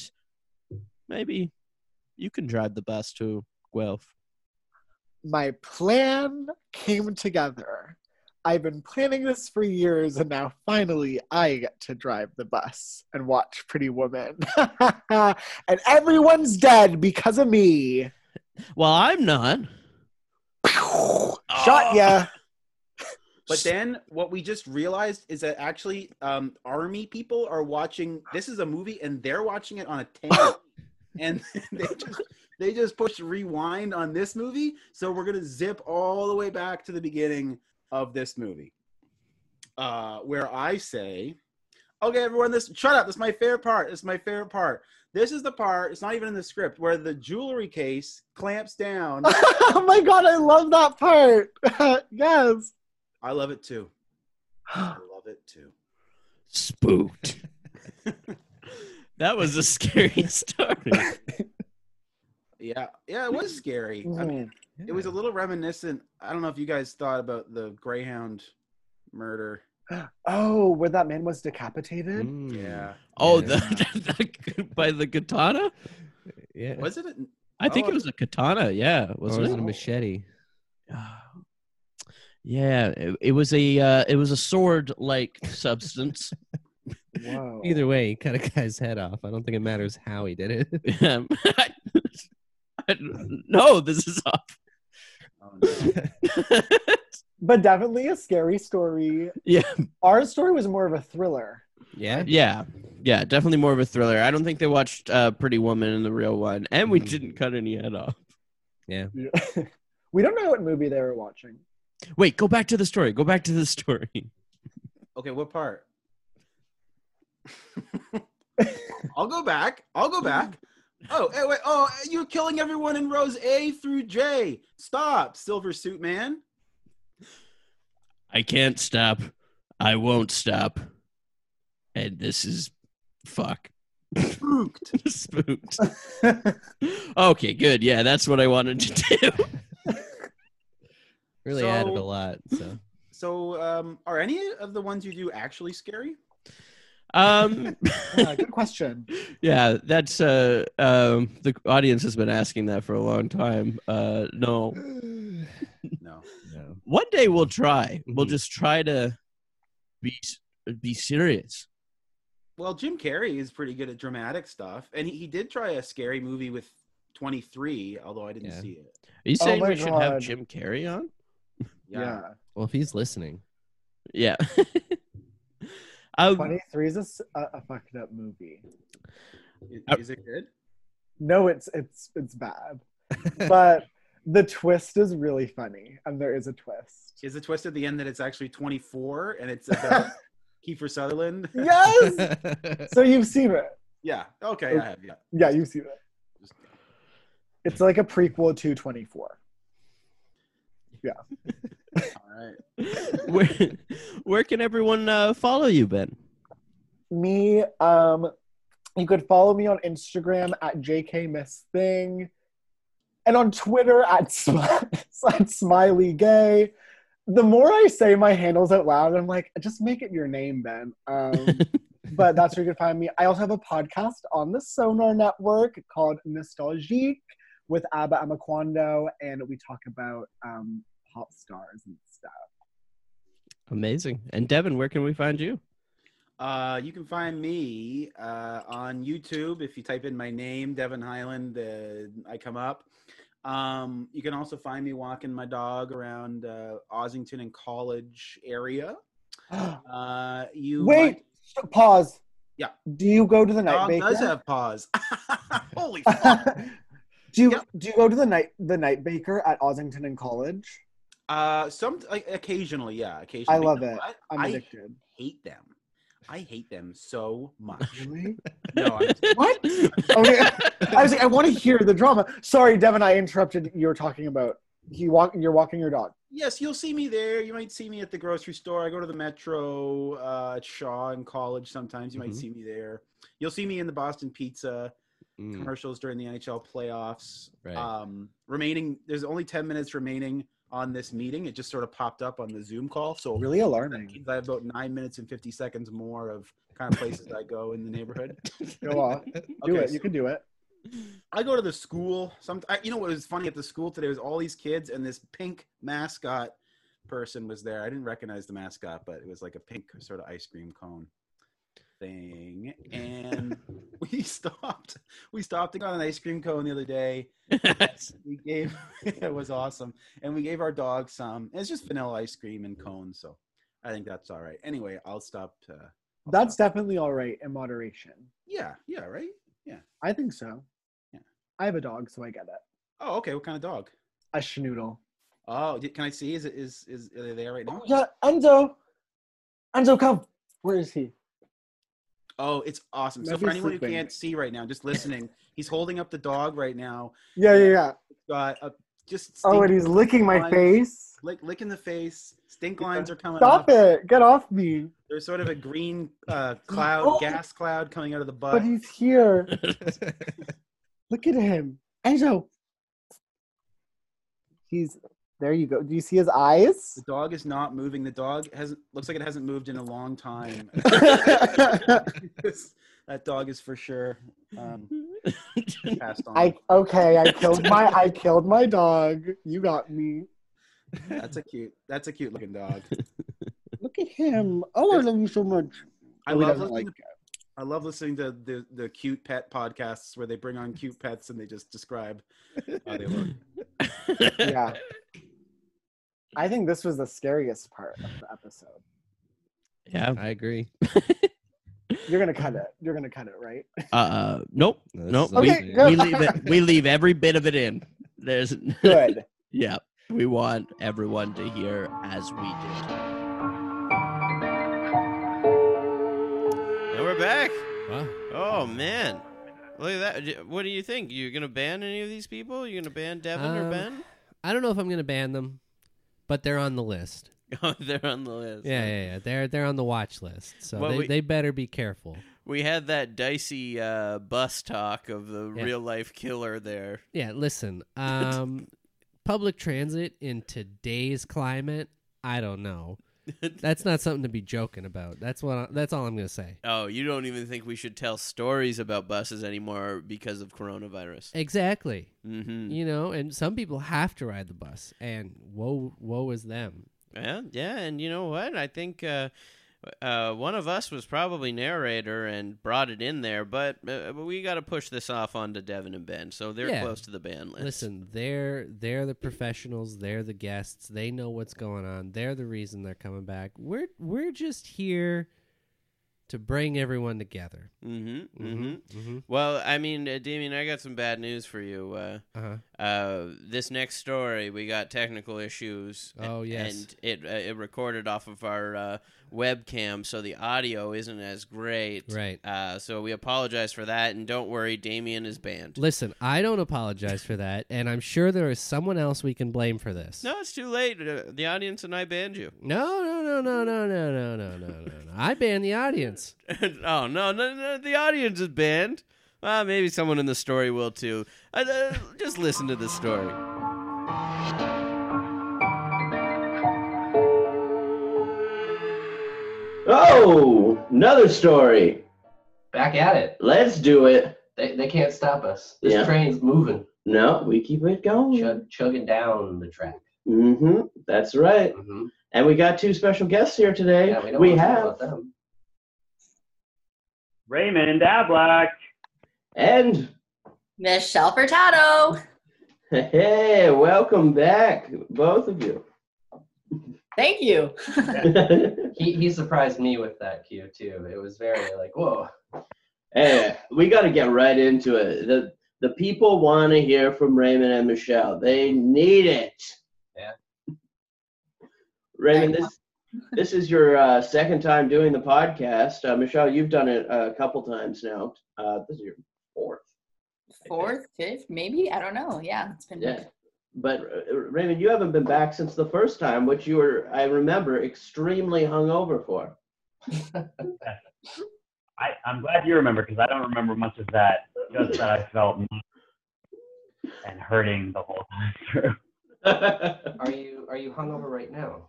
B: maybe you can drive the bus to Guelph.
F: My plan came together. I've been planning this for years, and now finally I get to drive the bus and watch Pretty Woman. and everyone's dead because of me.
B: Well, I'm not.
F: Shot ya.
G: But then what we just realized is that actually um, army people are watching. This is a movie, and they're watching it on a tank, and they just they just pushed rewind on this movie. So we're gonna zip all the way back to the beginning of this movie, uh, where I say, "Okay, everyone, this shut up. This is my favorite part. This is my favorite part. This is the part. It's not even in the script where the jewelry case clamps down."
F: oh my god, I love that part. yes.
G: I love it too. I love it too.
B: Spooked. that was a scary story.
G: Yeah, yeah, it was scary. I mean, it was a little reminiscent. I don't know if you guys thought about the Greyhound murder.
F: Oh, where that man was decapitated?
I: Mm.
G: Yeah,
B: Oh,
I: Yeah.
B: the, the, by the katana?
I: Yeah.
G: was it? a-
B: I think
G: Oh.
B: it was a katana. Yeah,
A: Or
B: wasn't
A: was
B: it? Ah.
A: it a machete?
B: Yeah, it, it was a uh, it was a sword like substance.
F: Whoa.
A: Either way, he cut a guy's head off. I don't think it matters how he did it.
B: Um, I- I- no, this is off.
G: Oh, no.
F: But definitely a scary story.
B: Yeah.
F: Our story was more of a thriller.
A: Yeah.
B: yeah, yeah, definitely more of a thriller. I don't think they watched uh, Pretty Woman in the real one, and we
A: Mhm.
B: didn't cut any head off.
F: we don't know what movie they were watching.
B: Wait, go back to the story. Go back to the story.
G: okay, what part? I'll go back. I'll go back. Oh, eh, wait, oh, eh, you're killing everyone in rows A through J. Stop, Silver Suit Man.
B: I can't stop. I won't stop. And this is fuck
G: Spooked.
B: spooked. okay, good. Yeah, that's what I wanted to do.
A: Really added a
G: So-
A: lot. So
G: So, um, are any of the ones you do actually scary?
B: Um,
F: Yeah, good question.
B: yeah, that's uh, um, the audience has been asking that for a long time. Uh, no,
G: No.
A: no.
B: one day we'll try. We'll
A: Mhm.
B: just try to be be serious.
G: Well, Jim Carrey is pretty good at dramatic stuff, and he, he did try a scary movie with 23, although I didn't
A: Yeah.
G: see it.
B: Are you
F: Oh
B: saying
F: my
B: we should have
F: God.
B: Jim Carrey on?
F: Yeah.
A: Well, if he's listening,
B: Yeah. um,
F: 23 is a, s- a- a fucked up movie.
G: Is,
B: Uh,
G: is it good?
F: No, it's it's it's bad. But the twist is really funny. And there is a twist.
G: Is the twist at the end that it's actually 24 and it's about Kiefer Sutherland?
F: Yes! so you've seen it.
G: Yeah. Okay, I have. Yeah.
F: Yeah, you've seen it.
G: Just-
F: It's like a prequel to 24.
G: All right.
B: where where can everyone uh, follow you, Ben?
F: me um you could follow me on instagram at jk miss thing and on twitter at, sm- at smiley gay the more i say my handles out loud i'm like just make it your name ben um but that's where you can find me i also have a podcast on the sonar network called nostalgique with abba amaquando and we talk about um pop stars and stuff
B: Amazing. And Devin, where can we find you?
G: Uh, you can find me uh, on YouTube if you type in my name, Devin Highland. Uh, I come up. Um, you can also find me walking my dog around uh, Ossington and College area. Uh, you
F: wait
G: might-
F: st- pause
G: Yeah.
F: do you go to the night
G: dog
F: bacon
G: does have paws. Holy fuck!
F: Do you
G: Yep.
F: do you go to the night the night baker at Ossington in college?
G: Uh, some like, occasionally, yeah, occasionally.
F: I love
G: No,
F: it.
G: I-
F: I'm
G: I
F: addicted.
G: hate them. I hate them so much.
F: Really?
G: no, I'm,
F: What? Okay. I was like, I want to hear the drama. Sorry, Devin, I interrupted. You were talking about he walk. You're walking your dog.
G: yes, you'll see me there. You might see me at the grocery store. I go to the metro uh, at Shaw in college sometimes. You might
F: Mm-hmm.
A: Mhm.
G: see me there. You'll see me in the Boston Pizza
A: Mm,
G: commercials during the NHL playoffs.
A: Right.
G: Um, remaining, there's only 10 minutes remaining on this meeting. It just sort of popped up on the Zoom call. So
F: Really
G: that
F: alarming.
G: means I have about nine minutes and 50 seconds more of kind of places I go in the neighborhood.
F: Go off. Do
G: Okay,
F: it. You
G: so-
F: can do it.
G: I go to the school. Some, I, you know what was funny at the school today was all these kids and this pink mascot person was there. I didn't recognize the mascot, but it was like a pink sort of ice cream cone thing. And we stopped. We stopped and got an ice cream cone the other day. We gave it was awesome, and we gave our dog some. It's just vanilla ice cream and cones, so I think that's all right. Anyway, I'll stop. Uh, I'll
F: That's
G: stop.
F: definitely all right in moderation.
G: yeah, yeah, right.
F: I think so.
G: Yeah.
F: I have a dog, so I get it.
G: Oh, okay. What kind of dog?
F: A schnoodle.
G: Oh, di- can I see? Is it is is are they there right now?
F: yeah, Enzo. Enzo, come. Where is he?
G: Oh, it's awesome. So
F: Maybe
G: for
F: he's
G: anyone
F: sleeping.
G: who can't see right now, just listening, he's holding up the dog right now.
F: Yeah, yeah, yeah.
G: Got a just
F: Oh,
G: stink-
F: and he's licking my
G: lines-
F: face.
G: lick lick in the face. Stink
F: Yeah.
G: lines are coming
F: Stop
G: off.
F: it! Get off me!
G: There's sort of a green uh, cloud,
F: Oh.
G: gas cloud coming out of the butt.
F: But he's here. Look at him, Enzo. He's there. You go. Do you see his eyes?
G: the dog is not moving. The dog hasn't looks like it hasn't moved in a long time. that dog is for sure um, passed on.
F: I okay. I killed my. I killed my dog. You got me.
G: That's a cute. That's a cute looking dog.
F: Look at him. Oh, I love you so much.
G: I
F: Really
G: love
F: doesn't
G: listening
F: like
G: to, I love listening to the, the cute pet podcasts where they bring on cute pets and they just describe how they look.
F: Yeah. I think this was the scariest part of the episode.
H: Yeah.
A: I agree.
F: You're gonna cut it. You're gonna cut it, right?
H: Uh, nope.
A: No, this
H: nope.
A: is
H: We,
A: amazing.
F: Okay,
H: we leave it. We leave every bit of it in. There's
F: Good.
H: yeah. We want everyone to hear as we did.
B: And we're back.
A: Wow.
B: Oh man, look at that. J- What do you think? You gonna ban any of these people? You gonna ban Devin or
A: Um,
B: Ben?
A: I don't know if I'm gonna ban them, but they're on the list.
B: Oh, they're on the list.
A: Yeah, yeah, yeah. They're they're on the watch list, so
B: Well,
A: they,
B: we-
A: they better be careful.
B: We had that dicey uh, bus talk of the
A: Yeah.
B: real life killer there.
A: Yeah, listen. Um, public transit in today's climate, I don't know. That's not something to be joking about. That's what. I, that's all I'm gonna say.
B: Oh, you don't even think we should tell stories about buses anymore because of coronavirus?
A: Exactly.
B: Mm-hmm.
A: You know, and some people have to ride the bus, and woe woe is them.
B: Yeah, yeah, and you know what? I think uh, uh, one of us was probably narrator and brought it in there, but uh, we got to push this off onto Devin and Ben, so they're
A: Yeah.
B: close to the ban list.
A: Listen, they're they're the professionals, they're the guests, they know what's going on. They're the reason they're coming back. We're we're just here to bring everyone together.
B: Mm-hmm, mm-hmm.
A: Mm-hmm. mm-hmm.
B: Well, I mean, uh, Damien, I got some bad news for you. Uh,
A: Uh-huh.
B: uh, this next story, we got technical issues. a-
A: Oh, yes.
B: and it uh, it recorded off of our uh, webcam, so the audio isn't as great.
A: Right.
B: Uh, so we apologize for that, and don't worry, Damien is banned.
A: Listen, I don't apologize for that, and I'm sure there is someone else we can blame for this.
B: No, it's too late. Uh, The audience and I banned you.
A: No, no, no, no, no, no, no, no, no, no, no. I ban the audience.
B: oh no, no, no, the audience is banned. Well, maybe someone in the story will too. Uh, uh, just listen to the story.
K: Oh, another story. Back at it. Let's do it. They, they can't stop us. This
L: Yeah.
K: train's moving,
L: No, we keep it going.
K: chug, chugging down the track.
L: hmm That's right.
K: Mm-hmm.
L: And we got two special guests here today.
K: Yeah, we don't
L: we
K: wanna talk
L: have
K: about them.
M: Raymond Ablack.
L: and
N: Michelle Furtado.
L: hey, welcome back, both of you.
N: Thank you.
K: He, he surprised me with that cue too. It was very like, whoa.
L: hey, we got to get right into it. The
B: The people want to hear from Raymond and Michelle. They need it.
A: Yeah.
B: Raymond, this this is your uh, second time doing the podcast. Uh, Michelle, you've done it a couple times now. Uh, this is your fourth.
N: Fourth, fifth, maybe? I don't know. Yeah, it's been
B: Yeah. But uh, Raymond, you haven't been back since the first time, which you were, I remember, extremely hungover for.
M: I, I'm glad you remember because I don't remember much of that. Just that I felt numb and hurting the whole time through.
A: are you are you hungover right now?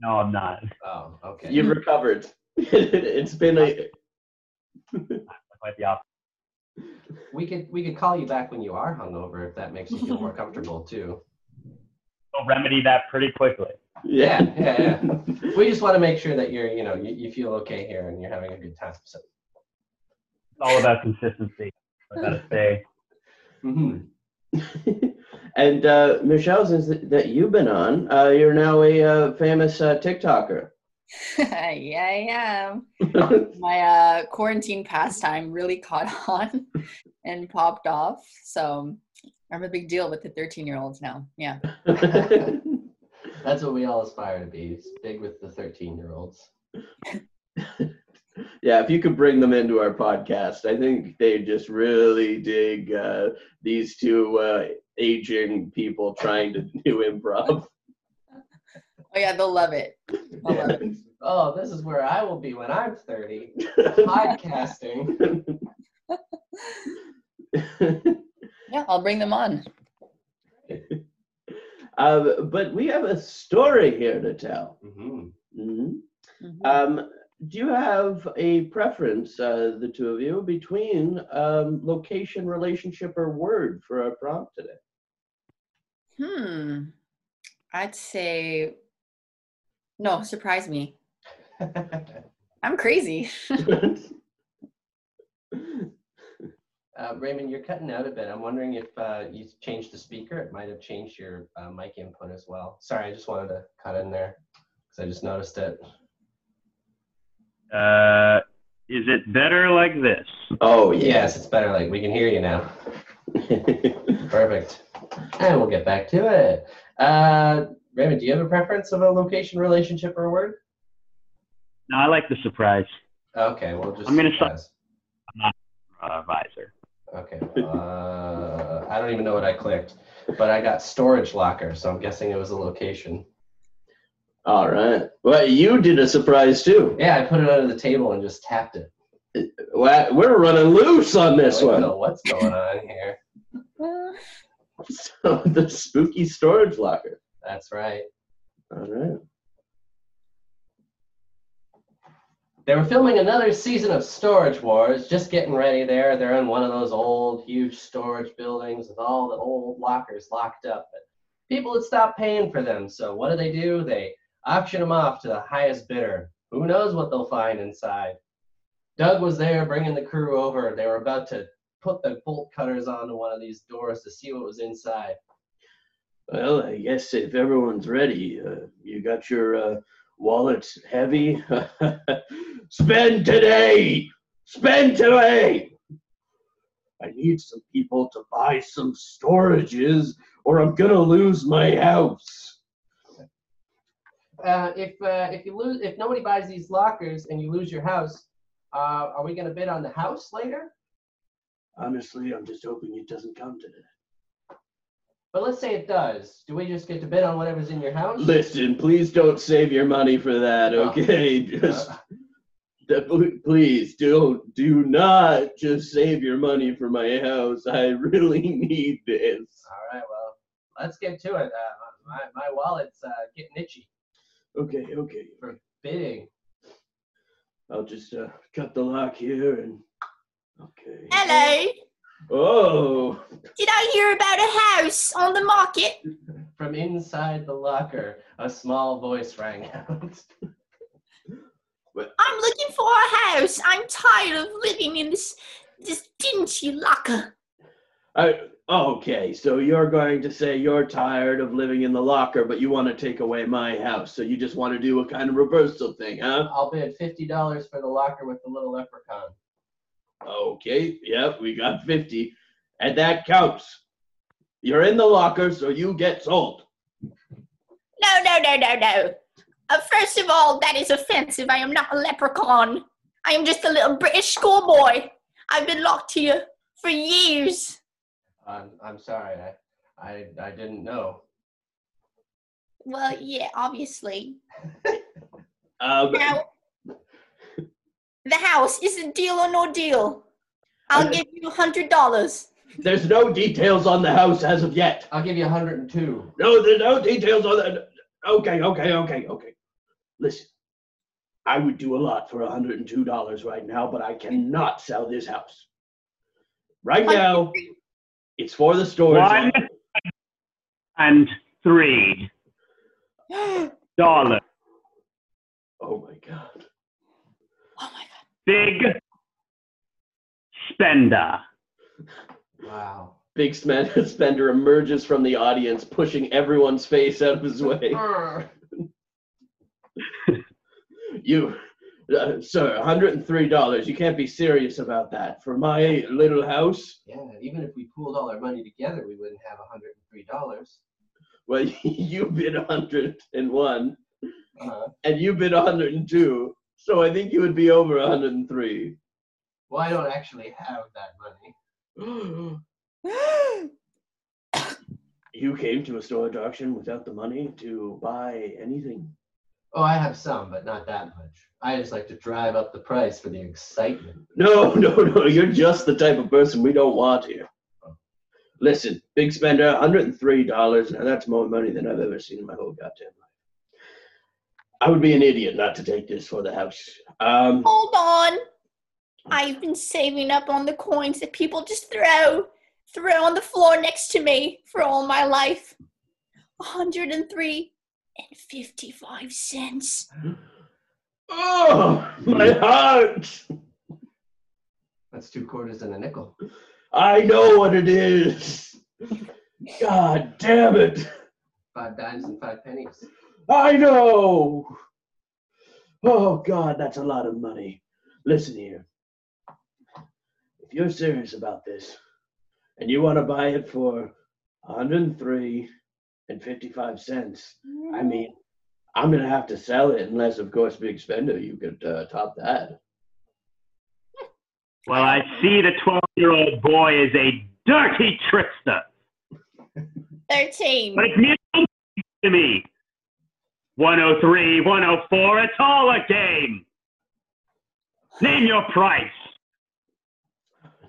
M: No, I'm not.
A: Oh, okay.
B: You've recovered. it's been a
M: Quite the opposite.
A: We could we could call you back when you are hungover if that makes you feel more comfortable too.
M: We'll remedy that pretty quickly.
A: Yeah, yeah, yeah. we just want to make sure that you're you know you, you feel okay here and you're having a good time. So
M: It's all about consistency. I gotta say.
B: Mm-hmm. and uh, Michelle, since th- that you've been on, uh, you're now a uh, famous uh, TikToker.
N: yeah, I am. My uh, quarantine pastime really caught on and popped off. So I'm a big deal with the 13 year olds now. Yeah.
A: that's what we all aspire to be. It's big with the thirteen year olds.
B: Yeah, if you could bring them into our podcast, I think they just really dig uh, these two uh, aging people trying to do improv.
N: Oh, yeah, they'll love it. They'll love it.
A: Oh, this is where I will be when I'm thirty. podcasting.
N: Yeah, I'll bring them on.
B: Um, but we have a story here to tell. Mhm. Um, do you have a preference, uh, the two of you, between um, location, relationship, or word for our prompt today?
N: Hmm. I'd say, no, surprise me. I'm crazy.
A: Uh, Raymond, you're cutting out a bit. I'm wondering if uh, you changed the speaker. It might have changed your uh, mic input as well. Sorry, I just wanted to cut in there because I just noticed it.
M: Uh, is it better like this?
A: Oh, yes, it's better. Like, we can hear you now. Perfect. And we'll get back to it. Uh, Raymond, do you have a preference of a location, relationship, or word?
M: No, I like the surprise.
A: Okay, well, just.
M: I'm gonna
A: stop.
M: I'm not a advisor.
A: Okay. Uh, I don't even know what I clicked, but I got storage locker, so I'm guessing it was a location.
B: All right. Well, you did a surprise too.
A: Yeah, I put it under the table and just tapped it.
B: Well, we're running loose on this
A: I don't
B: one.
A: know what's going on here.
B: So the spooky storage locker.
A: That's right.
B: All right.
A: They were filming another season of Storage Wars, just getting ready there. They're in one of those old, huge storage buildings with all the old lockers locked up. But people had stopped paying for them, so what do they do? They auction them off to the highest bidder. Who knows what they'll find inside? Doug was there bringing the crew over. They were about to put the bolt cutters onto one of these doors to see what was inside.
B: Well, I guess if everyone's ready, uh, you got your uh, wallets heavy. Spend today. Spend today. I need some people to buy some storages, or I'm gonna lose my house.
A: Uh, if uh, if you lose, if nobody buys these lockers and you lose your house, uh, are we gonna bid on the house later?
B: Honestly, I'm just hoping it doesn't come today.
A: But let's say it does. Do we just get to bid on whatever's in your house?
B: Listen, please don't save your money for that,
A: No.
B: okay? Just the- please don't do not just save your money for my house. I really need this.
A: All right, well, let's get to it. Uh, my, my wallet's uh, getting itchy
B: Okay, okay.
A: for bidding.
B: I'll just uh, cut the lock here and okay.
O: Hello.
B: Oh,
O: Did I hear about a house on the market?
A: From inside the locker, a small voice rang out.
O: I'm looking for a house. I'm tired of living in this this dingy locker.
B: I, okay. So you're going to say you're tired of living in the locker, but you want to take away my house. So you just want to do a kind of reversal thing, huh?
A: I'll bid fifty dollars for the locker with the little leprechaun.
B: Okay, yep, we got 50. and that counts. You're in the locker, so you get sold.
O: No, no, no, no, no. Uh, first of all, that is offensive. I am not a leprechaun. I am just a little British schoolboy. I've been locked here for years.
K: I'm, I'm sorry. I, I, I didn't know.
O: Well, yeah, obviously.
B: Um,
O: Now, the house is a deal or no deal. I'll give you a hundred dollars.
B: There's no details on the house as of yet.
K: I'll give you 102.
B: No, there's no details on that. Okay, okay, okay, okay. Listen, I would do a lot for $102 right now, but I cannot sell this house. Right now, it's for the storage.
M: One and three dollars.
B: Oh my god.
M: Big spender.
K: Wow.
B: Big Spen- Spender emerges from the audience, pushing everyone's face out of his way. You, uh, sir, $103. You can't be serious about that. For my little house,
K: Yeah, even if we pooled all our money together, we wouldn't have $103.
B: well, you bid 101
K: Uh-huh.
B: and you bid 102. So I think you would be over 103.
K: Well, I don't actually have that money.
B: You came to a storage auction without the money to buy anything.
K: Oh, I have some, but not that much. I just like to drive up the price for the excitement.
B: No, no, no. You're just the type of person we don't want here. Listen, big spender, $103. Now that's more money than I've ever seen in my whole goddamn life. I would be an idiot not to take this for the house. Um,
O: Hold on. I've been saving up on the coins that people just throw, throw on the floor next to me for all my life. 103 and 55 cents.
B: oh, my heart!
K: That's two quarters and a nickel.
B: I know what it is. God damn it.
K: Five dimes and five pennies.
B: I know. Oh God, that's a lot of money. Listen here. If you're serious about this, and you want to buy it for 103 and 55 cents,
K: Mm-hmm.
B: I mean, I'm gonna have to sell it unless, of course, Big Spender, you could uh, top that.
M: Well, I see the 12 year old boy is a dirty trickster.
O: 13.
M: But it's mere nonsense to me. 103, 104, it's all a game. Name your price.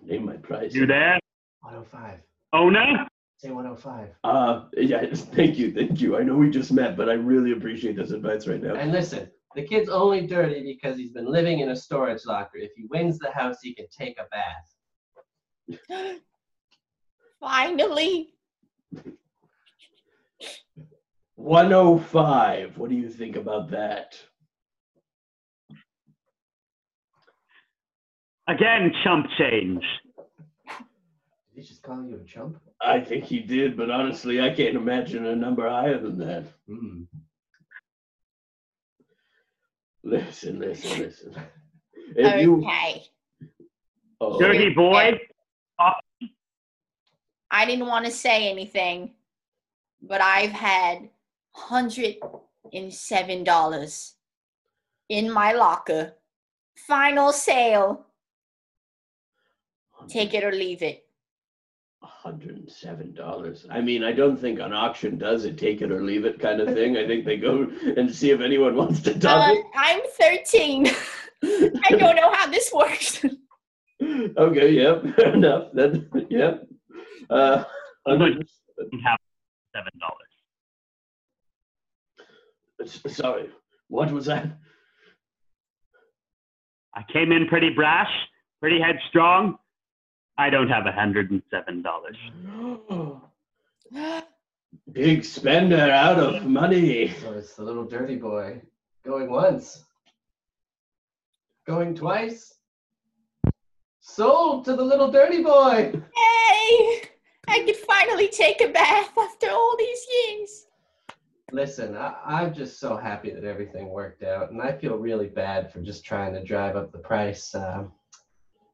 B: Name my price.
M: You there,
K: 105.
M: owner?
K: Say 105.
B: Uh, yeah, thank you, thank you. I know we just met, but I really appreciate this advice right now.
K: And listen, the kid's only dirty because he's been living in a storage locker. If he wins the house, he can take a bath.
O: Finally.
B: 105. What do you think about that?
M: Again, chump change.
K: Did he just call you a chump?
B: I think he did, but honestly, I can't imagine a number higher than that.
K: Hmm.
B: Listen, listen, listen. If
O: Okay.
B: you, oh,
M: Dirty boy.
O: I didn't want to say anything, but I've had $107 in my locker. Final sale. Take it or leave it.
B: $107. I mean, I don't think an auction does it take it or leave it kind of thing. I think they go and see if anyone wants to
O: Uh,
B: top
O: I'm 13. I don't know how this works.
B: it. Okay, yep, fair enough. That, yep. Uh, $100
M: Have seven dollars.
B: Sorry, what was that?
M: I came in pretty brash, pretty headstrong. I don't have $107.
B: Big spender out of money.
K: So it's the little dirty boy going once, going twice, sold to the little dirty boy.
O: Hey, I could finally take a bath after all these years.
K: Listen, I, I'm just so happy that everything worked out, and I feel really bad for just trying to drive up the price. Um,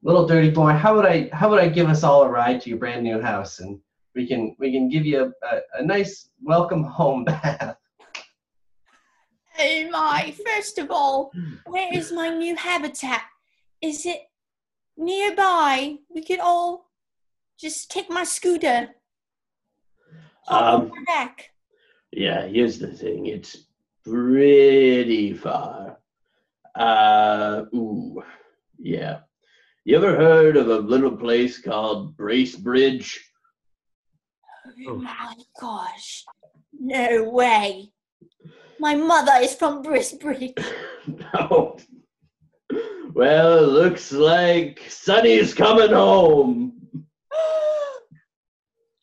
A: little dirty boy, how would I how would I give us all a ride to your brand new house and we can we can give you a, a, a nice welcome home bath.
O: Oh my, first of all, where is my new habitat? Is it nearby? We could all just take my scooter
B: Um,
O: back.
B: yeah, here's the thing. It's pretty far. Uh, ooh, yeah. You ever heard of a little place called Bracebridge?
O: Oh my gosh. No way. My mother is from Brisbane.
B: No. Well, looks like Sonny's coming home.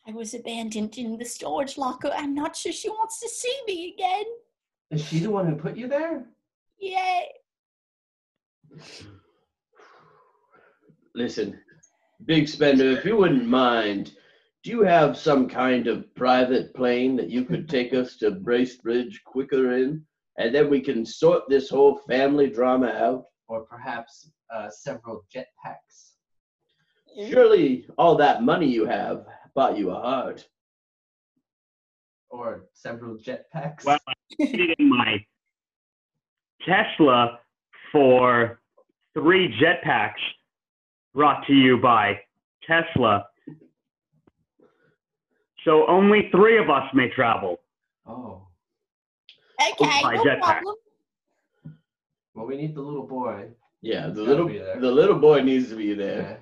O: I was abandoned in the storage locker. I'm not sure she wants to see me again.
A: Is she the one who put you there?
O: Yay.
B: Listen, Big Spender, if you wouldn't mind, do you have some kind of private plane that you could take us to Bracebridge quicker in? And then we can sort this whole family drama out?
A: Or perhaps uh, several jetpacks.
B: Surely all that money you have bought you a heart.
A: Or several jetpacks.
M: Well, I put it in my Tesla for three jetpacks brought to you by Tesla. So only three of us may travel.
A: Oh.
O: Okay,
M: By
O: no
M: jetpack.
O: problem.
A: Well, we need the little boy.
B: Yeah, the
A: Gotta
B: little
A: be there.
B: the little boy needs to be there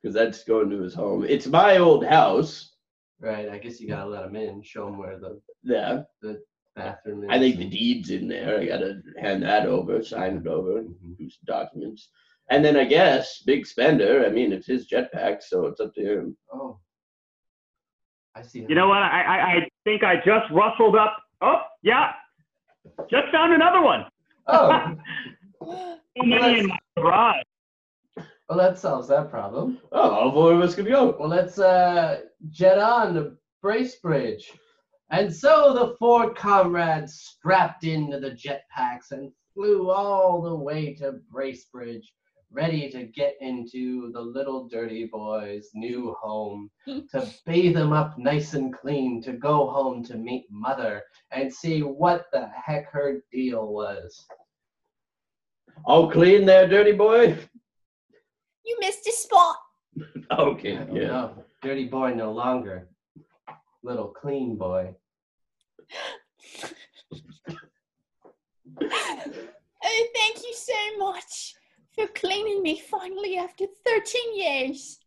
B: because that's going to his home. It's my old house.
A: Right. I guess you gotta let him in, show him where the
B: Yeah,
A: the bathroom is.
B: I think the deed's in there. I gotta hand that over, sign it over, and
A: Mm-hmm.
B: do some documents. And then I guess big spender. I mean, it's his jetpack, so it's up to him.
A: Oh, I see.
M: You know what? I, I, I think I just rustled up. Oh, yeah. Just found another one.
A: Oh.
M: Many in my garage.
A: Well, that solves that problem.
B: Oh, all four of us can go.
A: Well, let's uh, jet on to Bracebridge. And so the four comrades strapped into the jetpacks and flew all the way to Bracebridge, ready to get into the little dirty boy's new home, to bathe him up nice and clean, to go home to meet Mother and see what the heck her deal was.
B: All clean there, dirty boy.
O: You missed a spot.
B: Okay,
A: Oh,
B: yeah.
A: no, dirty boy no longer. Little clean boy.
O: Oh, thank you so much for cleaning me finally after 13 years.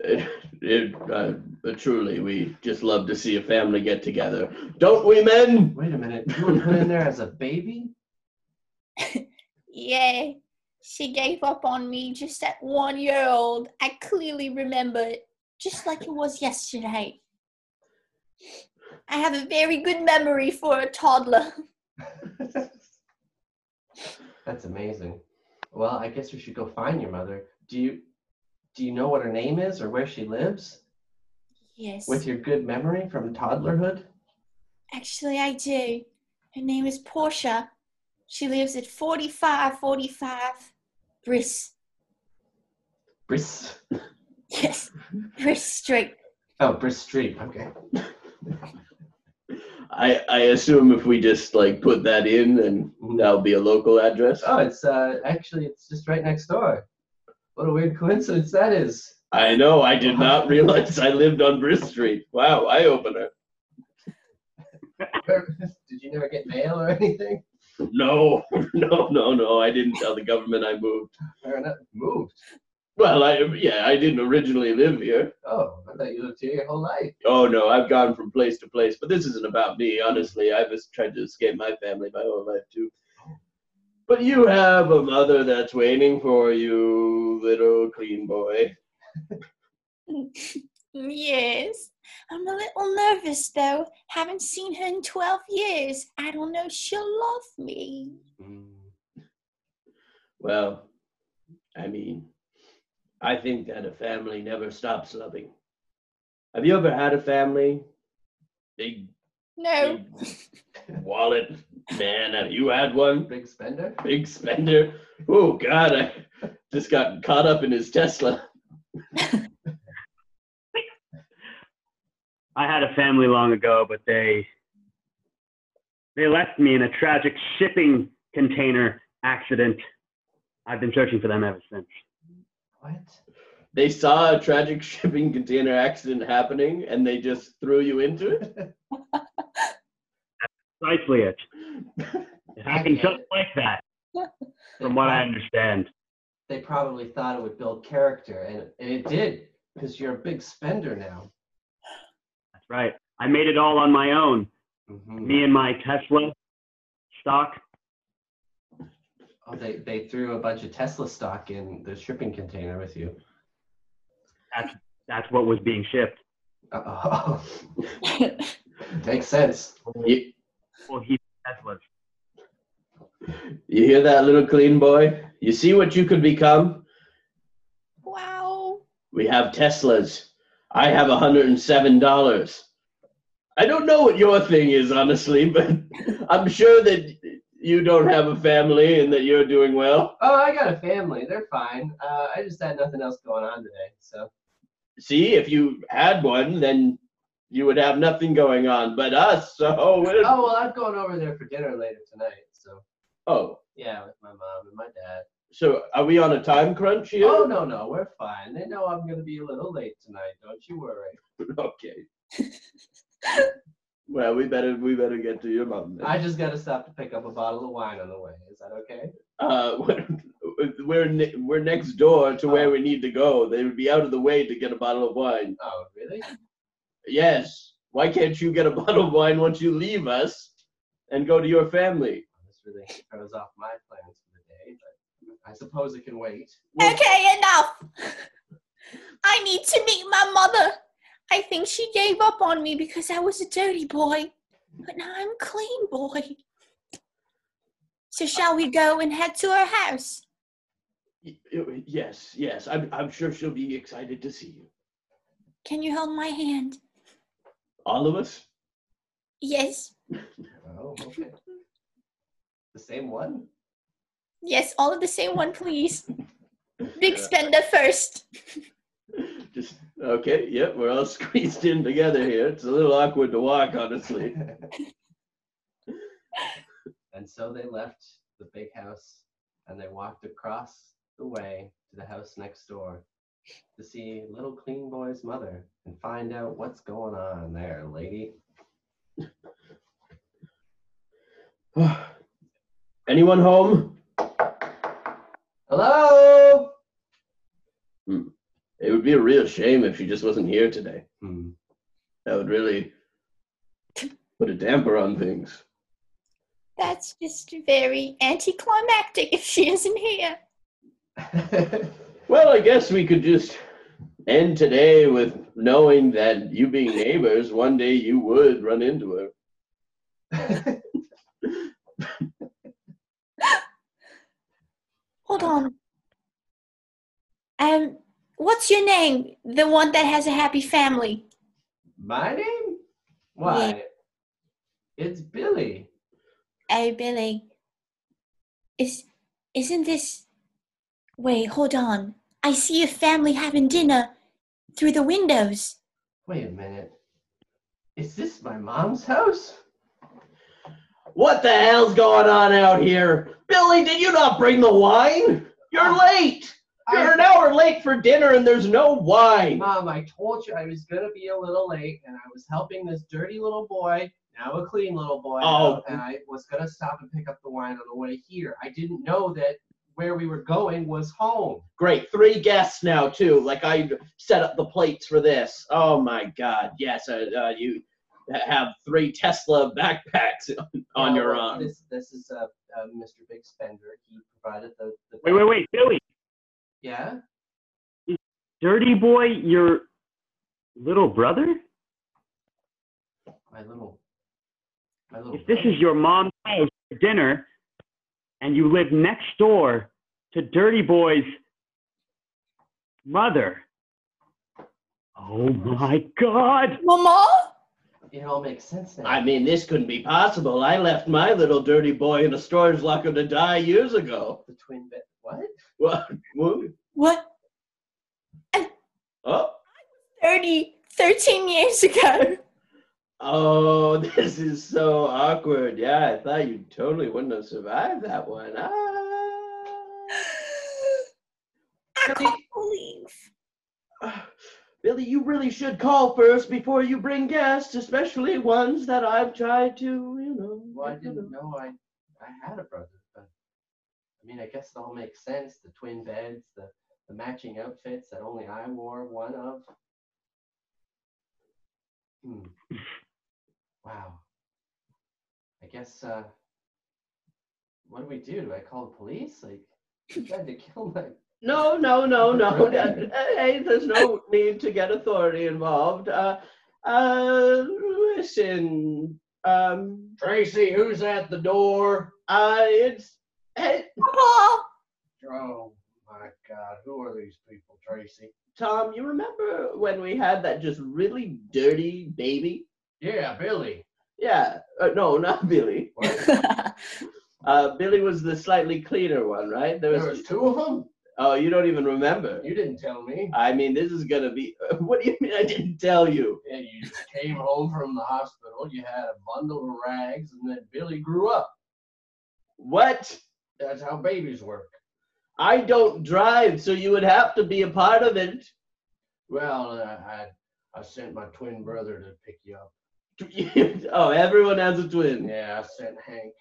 B: It, it, uh, but truly, we just love to see a family get together, don't we, men?
A: Wait a minute. You were put in there as a baby?
O: Yeah, she gave up on me just at one year old. I clearly remember it, just like it was yesterday. I have a very good memory for a toddler.
A: That's amazing. Well, I guess we should go find your mother. Do you do you know what her name is or where she lives?
O: Yes.
A: With your good memory from toddlerhood?
O: Actually, I do. Her name is Portia. She lives at 4545 Briss.
A: Briss.
O: Yes, Briss Street.
A: Oh, Briss Street. Okay.
B: I, I assume if we just like put that in, then that'll be a local address.
A: Mm-hmm. Oh, it's uh actually it's just right next door. What a weird coincidence that is.
B: I know. I did not realize I lived on Briss Street. Wow, eye opener.
A: Did you never get mail or anything?
B: No, no, no, no. I didn't tell the government I moved.
A: Fair enough. Moved.
B: Well, I yeah, I didn't originally live here.
A: Oh, I thought you lived here your whole life.
B: Oh no, I've gone from place to place. But this isn't about me, honestly. I've just tried to escape my family my whole life too. But you have a mother that's waiting for you, little clean boy.
O: Mm, Yes. I'm a little nervous though. Haven't seen her in 12 years. I don't know if she'll love me.
B: Well, I mean, I think that a family never stops loving. Have you ever had a family? Big
O: No.
B: wallet man have you had one
A: big spender
B: big spender oh god i just got caught up in his tesla
M: I had a family long ago, but they they left me in a tragic shipping container accident. I've been searching for them ever since.
B: they saw a tragic shipping container accident happening and they just threw you into it
M: Precisely it. It happened just like that, from what I understand.
A: they probably thought it would build character and, and it did because you're a big spender now
M: That's right. I made it all on my own. Me and my Tesla stock.
A: oh they, they threw a bunch of tesla stock in the shipping container with you
M: that's that's what was being shipped
A: oh makes sense
B: you,
M: Well, he Teslas.
B: you hear that little clean boy you see what you could become
O: Wow.
B: we have teslas i have $107 i don't know what your thing is honestly but i'm sure that you don't have a family and that you're doing well
A: oh i got a family they're fine uh, i just had nothing else going on today so
B: see if you had one then you would have nothing going on but us so we're-
A: oh well i'm going over there for dinner later tonight so
B: oh
A: yeah with my mom and my dad
B: so are we on a time crunch here
A: oh no no we're fine they know i'm gonna be a little late tonight don't you worry
B: okay well we better we better get to your mom then.
A: i just gotta stop to pick up a bottle of wine on the way is that okay
B: uh we're ne- we're next door to where we need to go they would be out of the way to get a bottle of wine
A: oh really
B: yes why can't you get a bottle of wine once you leave us and go to your family
A: this really throws off my plans for the day but i suppose it can wait
O: Okay, enough. I need to meet my mother. I think she gave up on me because I was a dirty boy, but now I'm a clean boy. So shall we go and head to her house?
B: Y- yes yes i'm, I'm sure she'll be excited to see you
O: Can you hold my hand?
B: all of us
O: Yes.
A: oh okay the same one
O: Yes, all of the same one, please. Big spender first.
B: Just okay. Yep, we're all squeezed in together here. It's a little awkward to walk, honestly.
A: and so they left the big house and they walked across the way to the house next door to see little clean boy's mother and find out what's going on there lady
B: Anyone home?
A: hello
B: Hmm. It would be a real shame if she just wasn't here today. That would really put a damper on things.
O: That's just very anticlimactic if she isn't here.
B: Well, I guess we could just end today with knowing that you being neighbors, one day you would run into her.
O: Hold on. Um, what's your name? The one that has a happy family.
A: my name why it's billy
O: Oh, Billy. Is isn't this? Wait, hold on. I see a family having dinner through the windows.
A: wait a minute is this my mom's house
B: What the hell's going on out here? Billy, did you not bring the wine? You're
A: Ah,
B: late. You're an hour late for dinner and there's no wine.
A: Mom, Um, I told you I was gonna be a little late, and I was helping this dirty little boy, now a clean little boy,
B: Oh.
A: and I was gonna stop and pick up the wine on the way here. I didn't know that where we were going was home.
B: Great. Three guests now, too. Like I set up the plates for this. Oh my God. Yes, uh, uh, you have three Tesla backpacks on
A: Now,
B: your um, arm.
A: This, this is uh, uh, Mr. Big Spender. He provided the. the
M: Wait, wait, wait, Billy.
A: Yeah.
M: Dirty boy, your little brother?
A: My little. My little.
M: If this is your mom's house for dinner and you live next door to Dirty Boy's mother. Oh my God.
O: Mama?
K: it all makes sense now.
B: I mean, this couldn't be possible. I left my little dirty boy in a storage locker to die years ago.
K: the twin bed. What?
B: What? What?
O: What?
B: Oh,
O: 30, 13 years ago.
B: oh, this is so awkward. Yeah, I thought you totally wouldn't have survived that one. Ah.
O: I can't believe.
B: Billy, you really should call first before you bring guests, especially ones that I've tried to, you know.
K: Well, I didn't know I, I had a brother, but I mean, I guess it all makes sense. The twin beds, the, the matching outfits that only I wore one of. Hmm. Wow. I guess, uh, what do we do? Do I call the police? Like, you tried to kill my.
B: No, no, no, no. that- hey, there's no need to get authority involved. Uh, uh, listen, um, Tracy, who's at the door? Uh, it's hey,
K: Oh my God, who are these people, Tracy?
B: Tom. You remember when we had that just really dirty baby?
K: Yeah, Billy.
B: Yeah. Uh, no, not Billy. uh, Billy was the slightly cleaner one, right?
K: There was two of them?
B: Oh, you don't even remember.
K: You didn't tell me.
B: I mean, this is gonna be. What do you mean? I didn't tell you.
K: Yeah, you came home from the hospital. You had a bundle of rags, and then Billy grew up.
B: What?
K: That's how babies work.
B: I don't drive, so you would have to be a part of it.
K: Well, uh, I I sent my twin brother to pick you up.
B: oh, everyone has a twin.
K: Yeah, I sent Hank.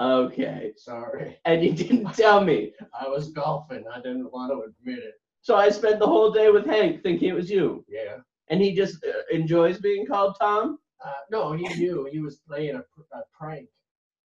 B: Okay.
K: Sorry.
B: And you didn't tell me.
K: I was golfing. I didn't want to admit it.
B: So I spent the whole day with Hank thinking it was you.
K: Yeah.
B: And he just uh, enjoys being called Tom?
K: Uh, no, he knew he was playing a, pr- a prank.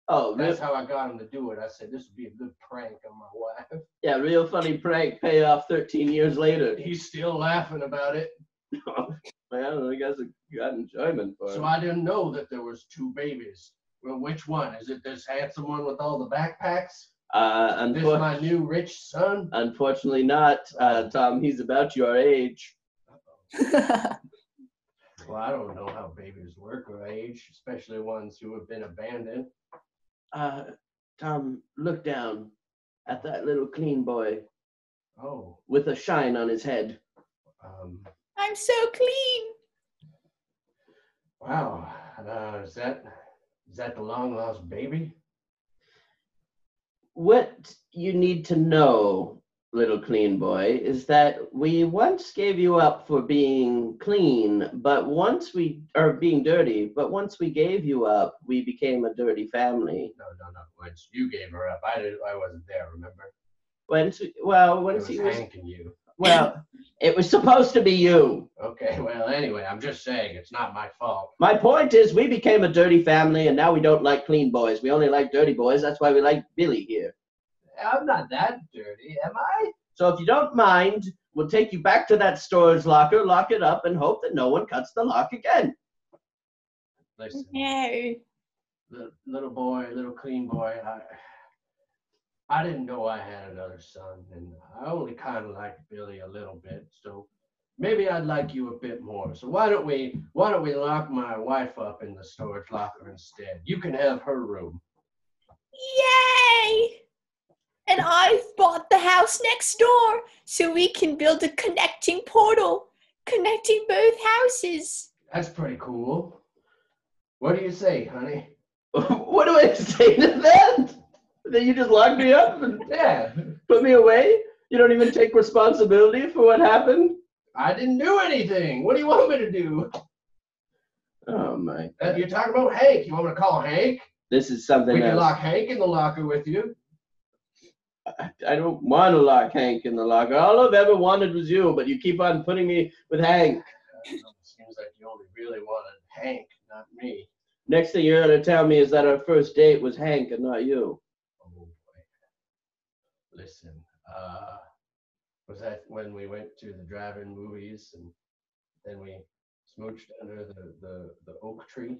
B: Oh,
K: that's
B: real-
K: how I got him to do it. I said this would be a good prank on my wife.
B: Yeah, real funny prank payoff 13 years later.
K: He's still laughing about it.
B: Well, I guess it got enjoyment for
K: So
B: him.
K: I didn't know that there was two babies. Well, which one? Is it this handsome one with all the backpacks?
B: Uh,
K: This
B: unfor-
K: my new rich son?
B: unfortunately not, uh, Tom. He's about your age.
K: Well, I don't know how babies work or age, especially ones who have been abandoned.
B: Uh, Tom, look down at that little clean boy
K: Oh,
B: with a shine on his head.
K: um,
O: I'm so clean.
K: wow. Uh, is that is that the long lost baby?
B: What you need to know, little clean boy, is that we once gave you up for being clean, but once we are being dirty, but once we gave you up, we became a dirty family.
K: No, no, no. Once you gave her up, I didn't. I wasn't there. Remember?
B: Once, we, well,
K: It
B: once
K: was
B: he was,
K: Hank and you.
B: well, it was supposed to be you.
K: Okay. Well, anyway, I'm just saying it's not my fault.
B: My point is, we became a dirty family, and now we don't like clean boys. We only like dirty boys. That's why we like Billy here.
K: I'm not that dirty, am I?
B: So if you don't mind, we'll take you back to that storage locker, lock it up, and hope that no one cuts the lock again.
K: Listen,
O: No.
K: li- little boy, little clean boy. I, I didn't know I had another son, and I only kind of liked Billy a little bit. So maybe I'd like you a bit more. So why don't we why don't we lock my wife up in the storage locker instead? You can have her room.
O: Yay! And I've bought the house next door so we can build a connecting portal connecting both houses.
K: That's pretty cool. What do you say, honey?
B: what do I say to that? That you just locked me up and
K: Yeah,
B: put me away? You don't even take responsibility for what happened?
K: I didn't do anything. What do you want me to do?
B: Oh my.
K: Uh, You're talking about Hank. You want me to call Hank?
B: This is something
K: We can
B: else.
K: lock Hank in the locker with you.
B: I don't want to lock Hank in the locker. All I've ever wanted was you, but you keep on putting me with Hank.
K: Seems like you only really wanted Hank, not me.
B: Next thing you're gonna tell me is that our first date was Hank and not you.
K: Listen, uh, was that when we went to the drive-in movies and then we smooched under the, the, the oak tree?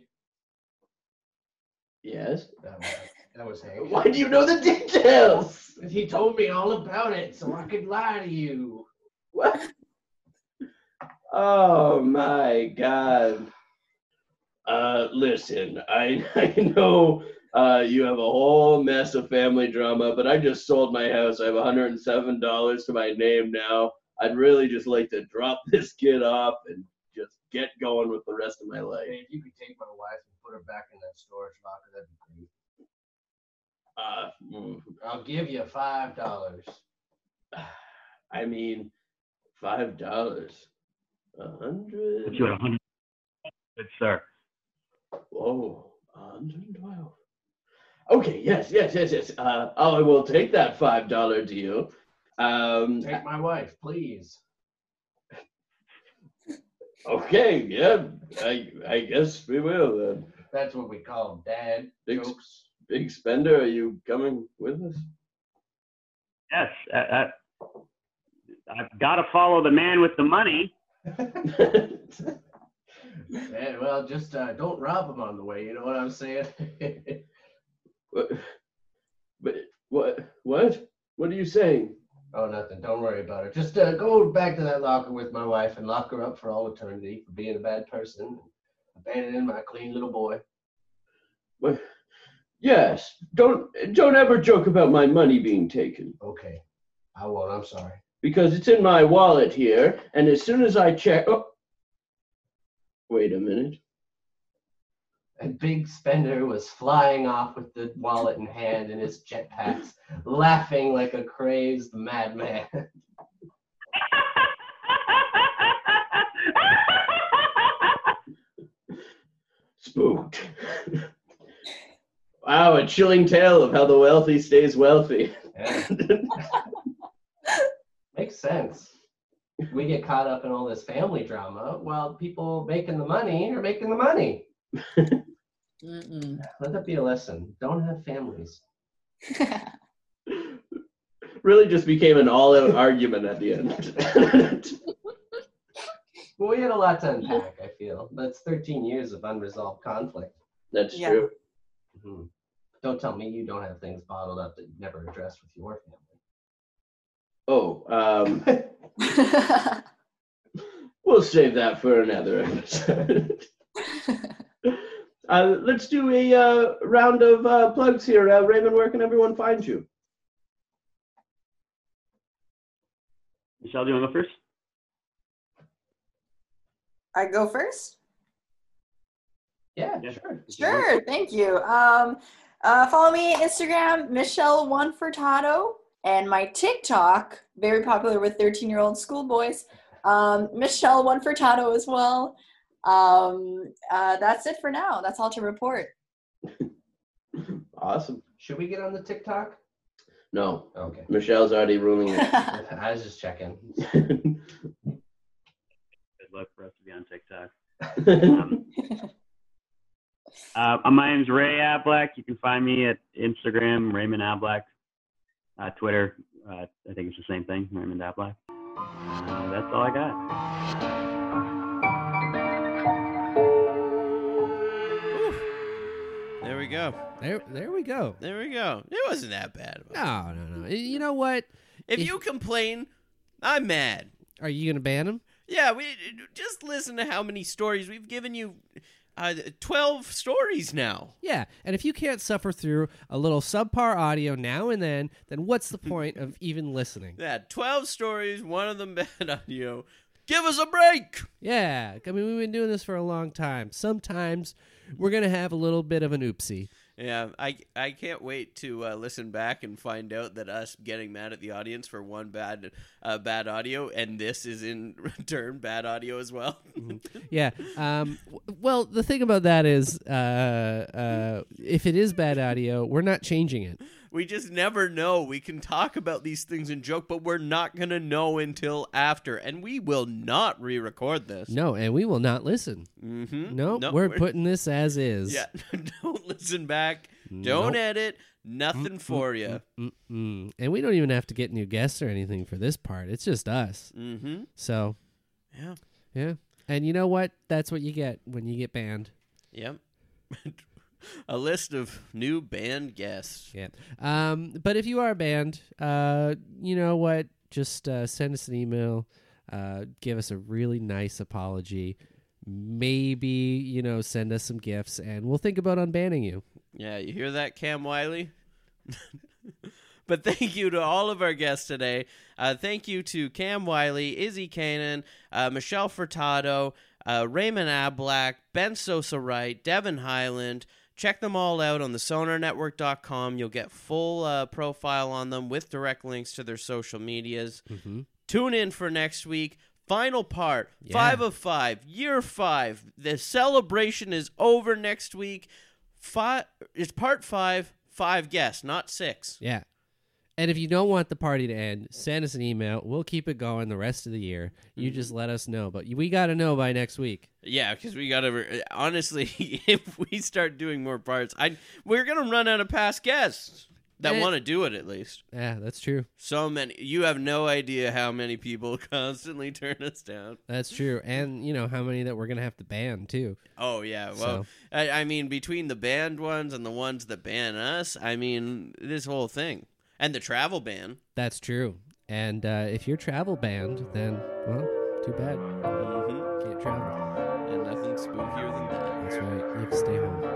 B: Yes.
K: That was, that was Hank.
B: Why do you know the details?
K: He told me all about it so I could lie to you.
B: What? Oh my god.
L: Uh, listen, I, I know uh, you have a whole mess of family drama, but I just sold my house. I have $107 to my name now. I'd really just like to drop this kid off and just get going with the rest of my life.
K: If you could take my wife and put her back in that storage locker, that'd be
L: Uh,
K: great.
L: mm,
K: I'll give you five dollars.
L: I mean, five dollars, a hundred.
M: Put you at 100. Good sir.
L: Whoa, 112. Okay, yes, yes, yes, yes. Uh, I will take that five dollar deal. Um,
K: Take my wife, please.
L: okay, yeah, I, I guess we will. Then.
K: That's what we call 'em, Dad.
L: Big, big spender, are you coming with us?
M: Yes, I, I, I've got to follow the man with the money.
K: Eh, well, just uh, don't rob him on the way. You know what I'm saying?
L: What? But what? What? What are you saying?
K: Oh, nothing. Don't worry about it. Just uh, go back to that locker with my wife and lock her up for all eternity for being a bad person, abandoning my clean little boy.
L: What? Yes. Don't don't ever joke about my money being taken.
K: Okay, I won't. I'm sorry.
L: Because it's in my wallet here, and as soon as I check, oh, wait a minute.
K: And Big Spender was flying off with the wallet in hand and his jetpacks, laughing like a crazed madman.
L: Spooked. wow, a chilling tale of how the wealthy stays wealthy.
K: Makes sense. We get caught up in all this family drama while people making the money are making the money. Let that be a lesson. Don't have families.
L: Really, just became an all-out argument at the end.
K: Well, we had a lot to unpack, I feel. That's 13 years of unresolved conflict.
L: That's Yeah. true.
K: Mhm. Don't tell me you don't have things bottled up that you've never addressed with your family.
L: oh, um, we'll save that for another episode. uh, let's do a uh, round of uh, plugs here. Uh, Raymond, where can everyone find you?
M: Michelle, do you want to go first?
N: I go first?
K: Yeah,
L: sure.
N: Sure, thank you. Um, uh, follow me on Instagram, Michelle One Furtado, and my TikTok, very popular with 13 year old schoolboys, um, Michelle One Furtado as well. Um, uh, that's it for now. That's all to report.
L: Awesome.
K: Should we get on the TikTok?
L: No.
K: Okay.
L: Michelle's already ruling it.
K: I was just checking.
M: Good luck for us to be on TikTok. um, uh, my name's Ray Ablack. You can find me at Instagram, Raymond Ablack, uh, Twitter. Uh, I think it's the same thing, Raymond Ablack. Uh, that's all I got.
B: There we go.
A: There, there we go.
B: There we go. It wasn't that bad.
A: No, no, no. Y- You know what?
B: If you complain, I'm mad.
A: Are you gonna ban him?
B: Yeah, we just listen to how many stories we've given you. Uh, Twelve stories now.
A: Yeah, and if you can't suffer through a little subpar audio now and then, then what's the point of even listening?
B: Yeah, twelve stories. One of them bad audio. Give us a break.
A: Yeah, I mean we've been doing this for a long time. Sometimes we're gonna have a little bit of an oopsie.
B: Yeah, I I can't wait to uh, listen back and find out that us getting mad at the audience for one bad uh, bad audio and this is in return bad audio as well.
A: Mm-hmm. Yeah. Um, w- well, the thing about that is, uh, uh, if it is bad audio, we're not changing it.
B: we just never know. We can talk about these things and joke, but we're not gonna know until after, and we will not re-record this.
A: No, and we will not listen.
B: Mm-hmm.
A: No,
B: No,
A: we're,
B: we're-
A: putting this as is.
B: Yeah, don't listen back. Don't
A: Nope.
B: edit. Nothing for you.
A: Mm-mm. And we don't even have to get new guests or anything for this part. It's just us.
B: Mhm.
A: So,
B: Yeah.
A: yeah. And you know what? That's what you get when you get banned.
B: Yep. a list of new band guests.
A: Yeah. Um, but if you are banned, uh, you know what? Just uh, send us an email. Uh, give us a really nice apology. maybe you know send us some gifts and we'll think about unbanning you.
B: Yeah, you hear that, Cam Wiley? but thank you to all of our guests today. Uh, thank you to Cam Wiley, Izzy Cannon, uh, Michelle Furtado, uh, Raymond Ablack, Ben Sosa Wright, Devin Highland. Check them all out on the sonarnetwork.com. You'll get full uh, profile on them with direct links to their social medias.
A: Mm-hmm.
B: Tune in for next week. Final part, five of five, year five. The celebration is over next week. Five, it's part five, five guests, not six.
A: Yeah. And if you don't want the party to end, send us an email. We'll keep it going the rest of the year. You just let us know, but we got to know by next week.
B: Yeah, because we gotta. re- Honestly, if we start doing more parts, I we're gonna run out of past guests that
A: Eh.
B: want to do it at least.
A: Yeah, that's true.
B: So many. You have no idea how many people constantly turn us down.
A: That's true. And you know how many that we're going to have to ban too.
B: Oh yeah. Well,
A: So-
B: I, I mean, between the banned ones and the ones that ban us, I mean, this whole thing and the travel ban.
A: That's true. And uh, if you're travel banned, then well, too bad. Mm-hmm. Can't travel.
B: Mm-hmm. And nothing spookier than that.
A: That's right. You have to stay home.